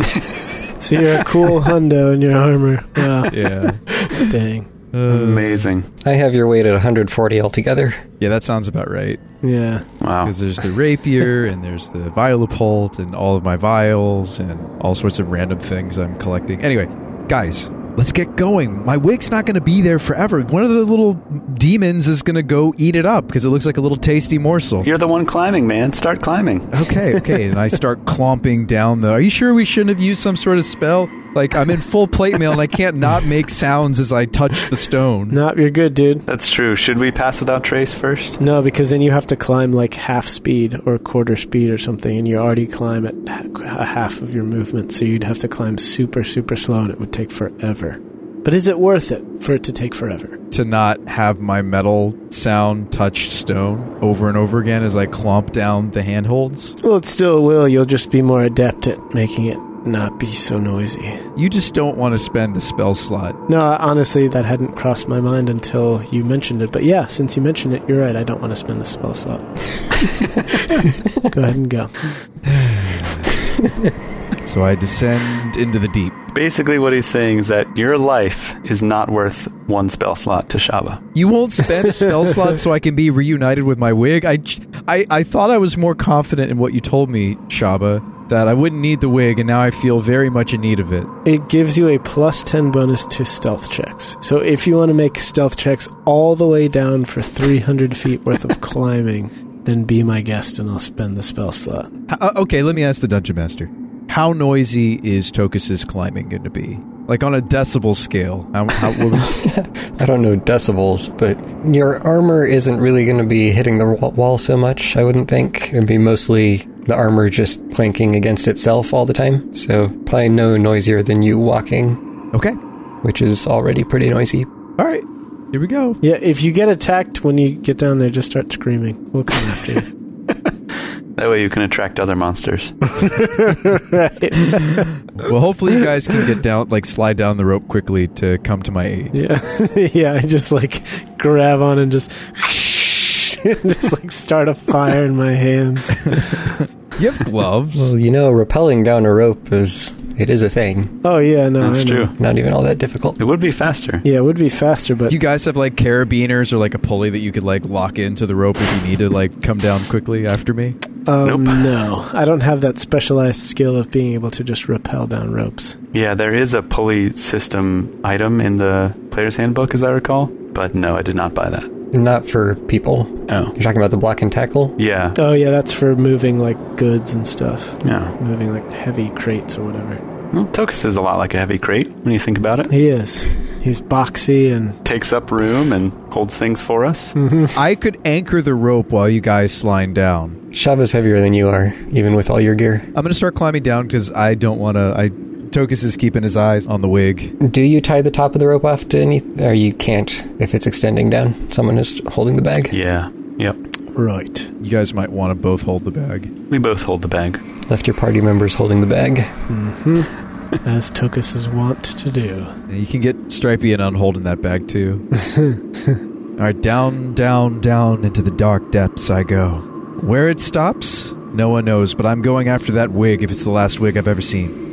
Speaker 4: So you're a cool hundo in your armor. Wow,
Speaker 5: yeah.
Speaker 4: dang.
Speaker 5: Uh,
Speaker 1: Amazing.
Speaker 3: I have your weight at 140 altogether.
Speaker 5: yeah, that sounds about right.
Speaker 4: Yeah.
Speaker 1: Wow.
Speaker 5: Because there's the rapier and there's the violapult and all of my vials and all sorts of random things I'm collecting. Anyway, guys, let's get going. My wig's not going to be there forever. One of the little demons is going to go eat it up because it looks like a little tasty morsel.
Speaker 1: You're the one climbing, man. Start climbing.
Speaker 5: Okay, okay. and I start clomping down the. Are you sure we shouldn't have used some sort of spell? Like I'm in full plate mail and I can't not make sounds as I touch the stone.
Speaker 4: Nope, you're good, dude.
Speaker 1: That's true. Should we pass without trace first?
Speaker 4: No, because then you have to climb like half speed or quarter speed or something, and you already climb at ha- a half of your movement, so you'd have to climb super, super slow, and it would take forever. But is it worth it for it to take forever?
Speaker 5: To not have my metal sound touch stone over and over again as I clomp down the handholds.
Speaker 4: Well, it still will. You'll just be more adept at making it not be so noisy.
Speaker 5: You just don't want to spend the spell slot.
Speaker 4: No, honestly, that hadn't crossed my mind until you mentioned it. But yeah, since you mentioned it, you're right. I don't want to spend the spell slot. go ahead and go.
Speaker 5: So I descend into the deep.
Speaker 1: Basically, what he's saying is that your life is not worth one spell slot to Shaba.
Speaker 5: You won't spend a spell slot so I can be reunited with my wig. I, j- I, I thought I was more confident in what you told me, Shaba, that I wouldn't need the wig, and now I feel very much in need of it.
Speaker 4: It gives you a plus 10 bonus to stealth checks. So if you want to make stealth checks all the way down for 300 feet worth of climbing, then be my guest and I'll spend the spell slot.
Speaker 5: H- uh, okay, let me ask the dungeon master. How noisy is Tokus's climbing going to be? Like on a decibel scale, how, how, what would-
Speaker 3: I don't know decibels, but your armor isn't really going to be hitting the wa- wall so much, I wouldn't think. It'd be mostly the armor just clanking against itself all the time. So probably no noisier than you walking,
Speaker 5: okay,
Speaker 3: which is already pretty noisy.
Speaker 5: all right, here we go.
Speaker 4: Yeah, if you get attacked when you get down there, just start screaming. We'll come after you.
Speaker 1: That way you can attract other monsters.
Speaker 4: right.
Speaker 5: Well, hopefully you guys can get down, like slide down the rope quickly to come to my aid.
Speaker 4: Yeah. yeah, I just like grab on and just. and just like start a fire in my hands.
Speaker 5: You have gloves.
Speaker 3: Well, you know, rappelling down a rope is it is a thing.
Speaker 4: Oh, yeah, no. I
Speaker 1: That's
Speaker 4: know.
Speaker 1: true.
Speaker 3: Not even all that difficult.
Speaker 1: It would be faster.
Speaker 4: Yeah, it would be faster, but
Speaker 5: Do you guys have like carabiners or like a pulley that you could like lock into the rope if you need to like come down quickly after me?
Speaker 4: um,
Speaker 1: Nope.
Speaker 4: no. I don't have that specialized skill of being able to just rappel down ropes.
Speaker 1: Yeah, there is a pulley system item in the player's handbook, as I recall. But no, I did not buy that.
Speaker 3: Not for people.
Speaker 1: Oh,
Speaker 3: You're talking about the block and tackle.
Speaker 1: yeah,
Speaker 4: Oh yeah, that's for moving like goods and stuff.
Speaker 1: yeah.
Speaker 4: Moving like heavy crates or whatever.
Speaker 1: Well, Tokus is a lot like a heavy crate when you think about it.
Speaker 4: He is. He's boxy and mm-hmm,
Speaker 1: Takes up room and holds things for us.
Speaker 5: I could anchor the rope while you guys slide down.
Speaker 3: Shaba's heavier than you are, even with all your gear.
Speaker 5: I'm gonna start climbing down because I don't want to. I Tokus is keeping his eyes on the wig.
Speaker 3: Do you tie the top of the rope off to any? Or you can't if it's extending down. Someone is holding the bag.
Speaker 1: Yeah, yep.
Speaker 4: right.
Speaker 5: You guys might want to both hold the bag.
Speaker 1: We both hold the bag.
Speaker 3: Left your party members holding the bag.
Speaker 4: Mm-hmm. As Tokus is wont to do.
Speaker 5: And You can get stripey and unholding that bag too. All right, down, down, down into the dark depths I go. Where it stops, no one knows. But I'm going after that wig if it's the last wig I've ever seen.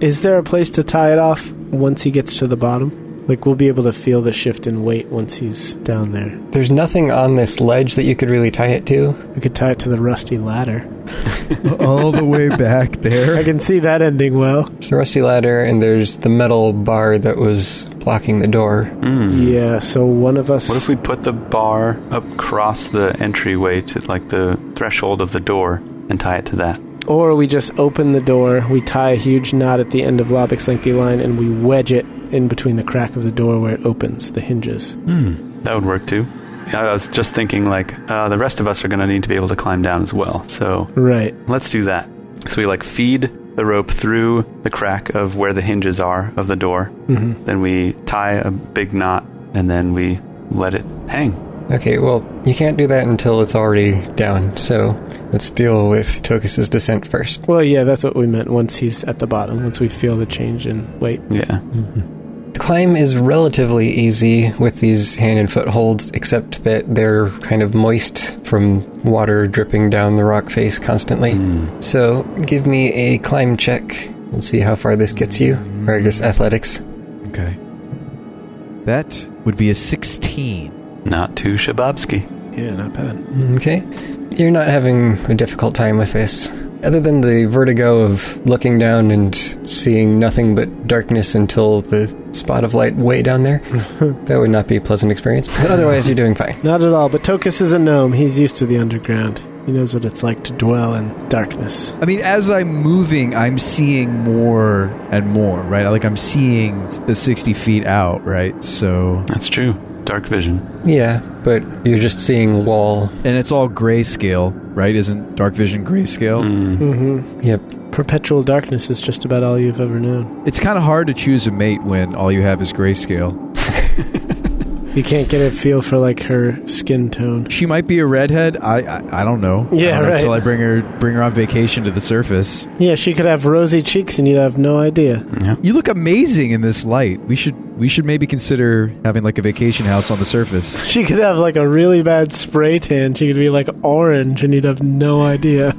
Speaker 4: Is there a place to tie it off once he gets to the bottom? Like we'll be able to feel the shift in weight once he's down there.
Speaker 3: There's nothing on this ledge that you could really tie it to.
Speaker 4: We could tie it to the rusty ladder.
Speaker 5: All the way back
Speaker 4: I
Speaker 5: there.
Speaker 4: can see that ending well.
Speaker 3: There's the rusty ladder, and there's the metal bar that was blocking the door.
Speaker 4: Yeah, so one of us
Speaker 1: Mm-hmm. What if we put the bar up across the entryway to like the threshold of the door and tie it to that?
Speaker 4: Or we just open the door, we tie a huge knot at the end of Lobbock's lengthy line, and we wedge it in between the crack of the door where it opens, the hinges.
Speaker 1: That would work too. Yeah, I was just thinking like uh, the rest of us are going to need to be able to climb down as well. So
Speaker 4: Right.
Speaker 1: Let's do that. So we like feed the rope through the crack of where the hinges are of the door. Mm-hmm. Then we tie a big knot and then we let it hang.
Speaker 3: Okay, well, you can't do that until it's already down, so let's deal with Tokus's descent first.
Speaker 4: Well, yeah, that's what we meant once he's at the bottom, once we feel the change in weight.
Speaker 1: Yeah.
Speaker 3: The climb is relatively easy with these hand and foot holds, except that they're kind of moist from water dripping down the rock face constantly. So give me a climb check. We'll see how far this gets you. Or I guess athletics.
Speaker 5: Okay. That would be a 16.
Speaker 1: Not too Shababsky.
Speaker 4: Yeah, not bad.
Speaker 3: Okay. You're not having a difficult time with this. Other than the vertigo of looking down and seeing nothing but darkness until the spot of light way down there, that would not be a pleasant experience. But otherwise, you're doing fine.
Speaker 4: Not at all, but Tokus is a gnome. He's used to the underground. He knows what it's like to dwell in darkness.
Speaker 5: I mean, as I'm moving, I'm seeing more and more, right? Like I'm seeing the 60 feet out, right? So,
Speaker 1: That's true. Dark vision.
Speaker 3: Yeah, but you're just seeing wall.
Speaker 5: and it's all grayscale, right? Isn't dark vision grayscale?
Speaker 4: Mm-hmm.
Speaker 3: Yep.
Speaker 4: Perpetual darkness is just about all you've ever known.
Speaker 5: It's kind of hard to choose a mate when all you have is grayscale.
Speaker 4: You can't get a feel for like her skin tone.
Speaker 5: She might be a redhead. I I, I don't know.
Speaker 4: Yeah,
Speaker 5: I don't know
Speaker 4: right.
Speaker 5: Until I bring her bring her on vacation to the surface.
Speaker 4: Yeah, she could have rosy cheeks and you'd have no idea.
Speaker 5: You look amazing in this light. We should we should maybe consider having like a vacation house on the surface.
Speaker 4: She could have like a really bad spray tan. She could be like orange and you'd have no idea.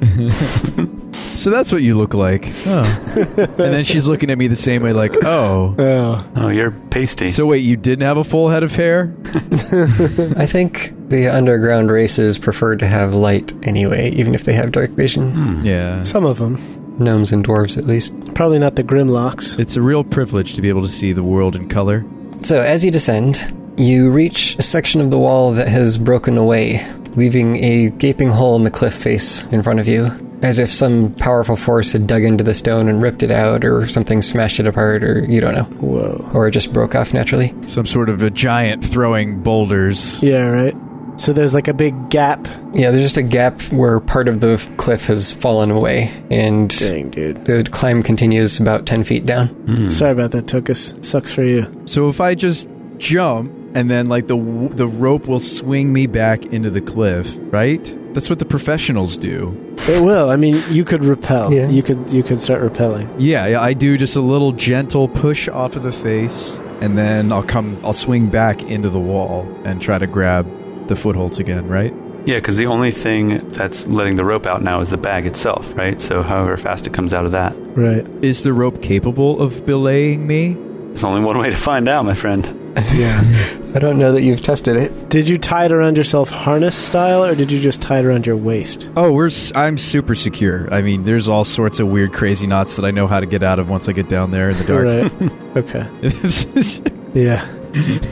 Speaker 5: So that's what you look like. Oh. and then she's looking at me the same way, like, oh.
Speaker 4: oh.
Speaker 1: Oh, you're pasty.
Speaker 5: So wait, you didn't have a full head of hair?
Speaker 3: I think the underground races prefer to have light anyway, even if they have dark vision.
Speaker 1: Hmm.
Speaker 5: Yeah.
Speaker 4: Some of them.
Speaker 3: Gnomes and dwarves, at least.
Speaker 4: Probably not the Grimlocks.
Speaker 5: It's a real privilege to be able to see the world in color.
Speaker 3: So, as you descend, you reach a section of the wall that has broken away, leaving a gaping hole in the cliff face in front of you, as if some powerful force had dug into the stone and ripped it out, or something smashed it apart, or you don't know.
Speaker 4: Whoa.
Speaker 3: Or it just broke off naturally.
Speaker 5: Some sort of a giant throwing boulders.
Speaker 4: Yeah, right. So there's like a big gap.
Speaker 3: Yeah, there's just a gap where part of the cliff has fallen away, and
Speaker 4: Dang, dude.
Speaker 3: the climb continues about 10 feet down.
Speaker 4: Sorry about that, Tokus. Sucks for you.
Speaker 5: So if I just jump and then like the w- the rope will swing me back into the cliff, right? That's what the professionals do.
Speaker 4: It will. I mean, you could repel.
Speaker 3: Yeah.
Speaker 4: You could you could start repelling.
Speaker 5: Yeah, yeah, I do just a little gentle push off of the face and then I'll come I'll swing back into the wall and try to grab the footholds again, right?
Speaker 1: Yeah, because the only thing that's letting the rope out now is the bag itself, right? So however fast it comes out of that.
Speaker 4: Right.
Speaker 5: Is the rope capable of belaying me?
Speaker 1: There's only one way to find out, my friend.
Speaker 3: I don't know that you've tested it.
Speaker 4: Did you tie it around yourself harness style or did you just tie it around your waist?
Speaker 5: Oh, we're s- I'm super secure. I mean, there's all sorts of weird, crazy knots that I know how to get out of once I get down there in the dark.
Speaker 4: Right. okay.
Speaker 5: Because
Speaker 4: Yeah.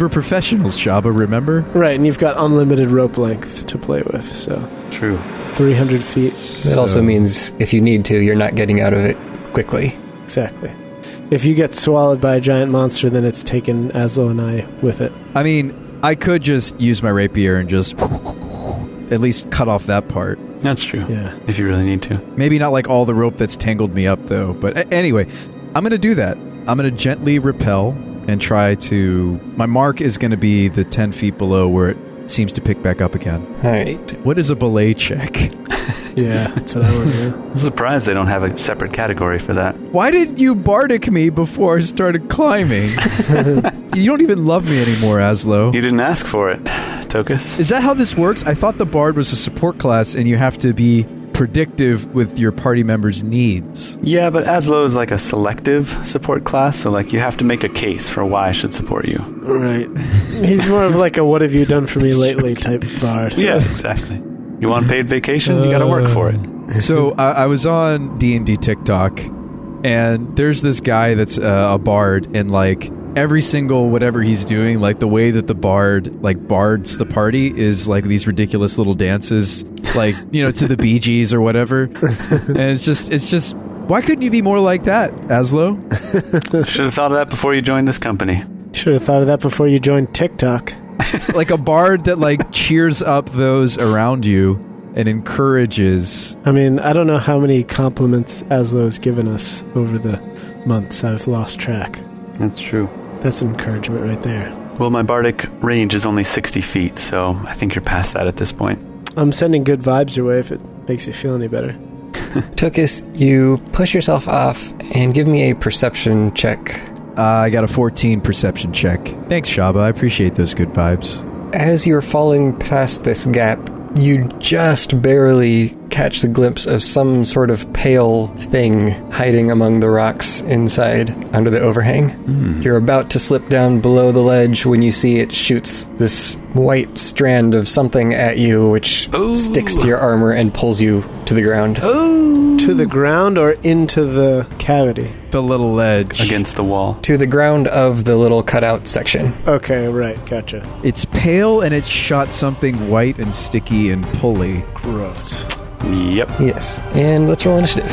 Speaker 5: we're professionals, Shaba. Remember?
Speaker 4: Right, and you've got unlimited rope length to play with, so
Speaker 1: True.
Speaker 4: 300 feet
Speaker 3: That also means if you need to, you're not getting out of it quickly.
Speaker 4: exactly. If you get swallowed by a giant monster, then it's taken Aslo and I with it.
Speaker 5: I mean, I could just use my rapier and just at least cut off that part.
Speaker 1: That's true.
Speaker 4: Yeah.
Speaker 1: If you really need to.
Speaker 5: Maybe not like all the rope that's tangled me up, though. But a- anyway, I'm going to do that. I'm going to gently repel and try to. My mark is going to be the 10 feet below where it seems to pick back up again.
Speaker 3: All right.
Speaker 5: What is a belay check?
Speaker 4: Yeah, that's what I want to do.
Speaker 1: I'm surprised they don't have a separate category for that.
Speaker 5: Why did you bardic me before I started climbing? you don't even love me anymore, Aslo.
Speaker 1: You didn't ask for it, Tokus.
Speaker 5: Is that how this works? I thought the bard was a support class and you have to be predictive with your party members' needs.
Speaker 1: Yeah, but Aslo is like a selective support class, so like you have to make a case for why I should support you.
Speaker 4: Right. He's more of like a what have you done for me lately type bard.
Speaker 1: Yeah, exactly. You want paid vacation? You got to work for it.
Speaker 5: so I, I was on D&D TikTok and there's this guy that's uh, a bard and like every single whatever he's doing like the way that the bard like bards the party is like these ridiculous little dances like you know to the Bee Gees or whatever and it's just it's just why couldn't you be more like that Aslo
Speaker 1: Should have thought of that before you joined this company.
Speaker 4: Should have thought of that before you joined TikTok.
Speaker 5: like a bard that like cheers up those around you and encourages
Speaker 4: I mean, I don't know how many compliments Aslo's given us over the months. I've lost track.
Speaker 1: That's true.
Speaker 4: That's encouragement right there.
Speaker 1: Well, my bardic range is only 60 feet, so I think you're past that at this point.
Speaker 4: I'm sending good vibes your way if it makes you feel any better.
Speaker 3: Tokus, you push yourself off and give me a perception check.
Speaker 5: uh, I got a 14 perception check thanks Shaba I appreciate those good vibes
Speaker 3: As you're falling past this gap, you just barely catch the glimpse of some sort of pale thing hiding among the rocks inside under the overhang. You're about to slip down below the ledge when you see it shoots this white strand of something at you, which
Speaker 1: Ooh.
Speaker 3: sticks to your armor and pulls you to the ground.
Speaker 4: To the ground or into the cavity?
Speaker 5: The little ledge.
Speaker 1: against the wall.
Speaker 3: To the ground of the little cutout section.
Speaker 4: Okay, right, gotcha.
Speaker 5: It's pale and it shot something white and sticky and pulley.
Speaker 4: Gross.
Speaker 1: Yep.
Speaker 3: Yes. And let's roll initiative.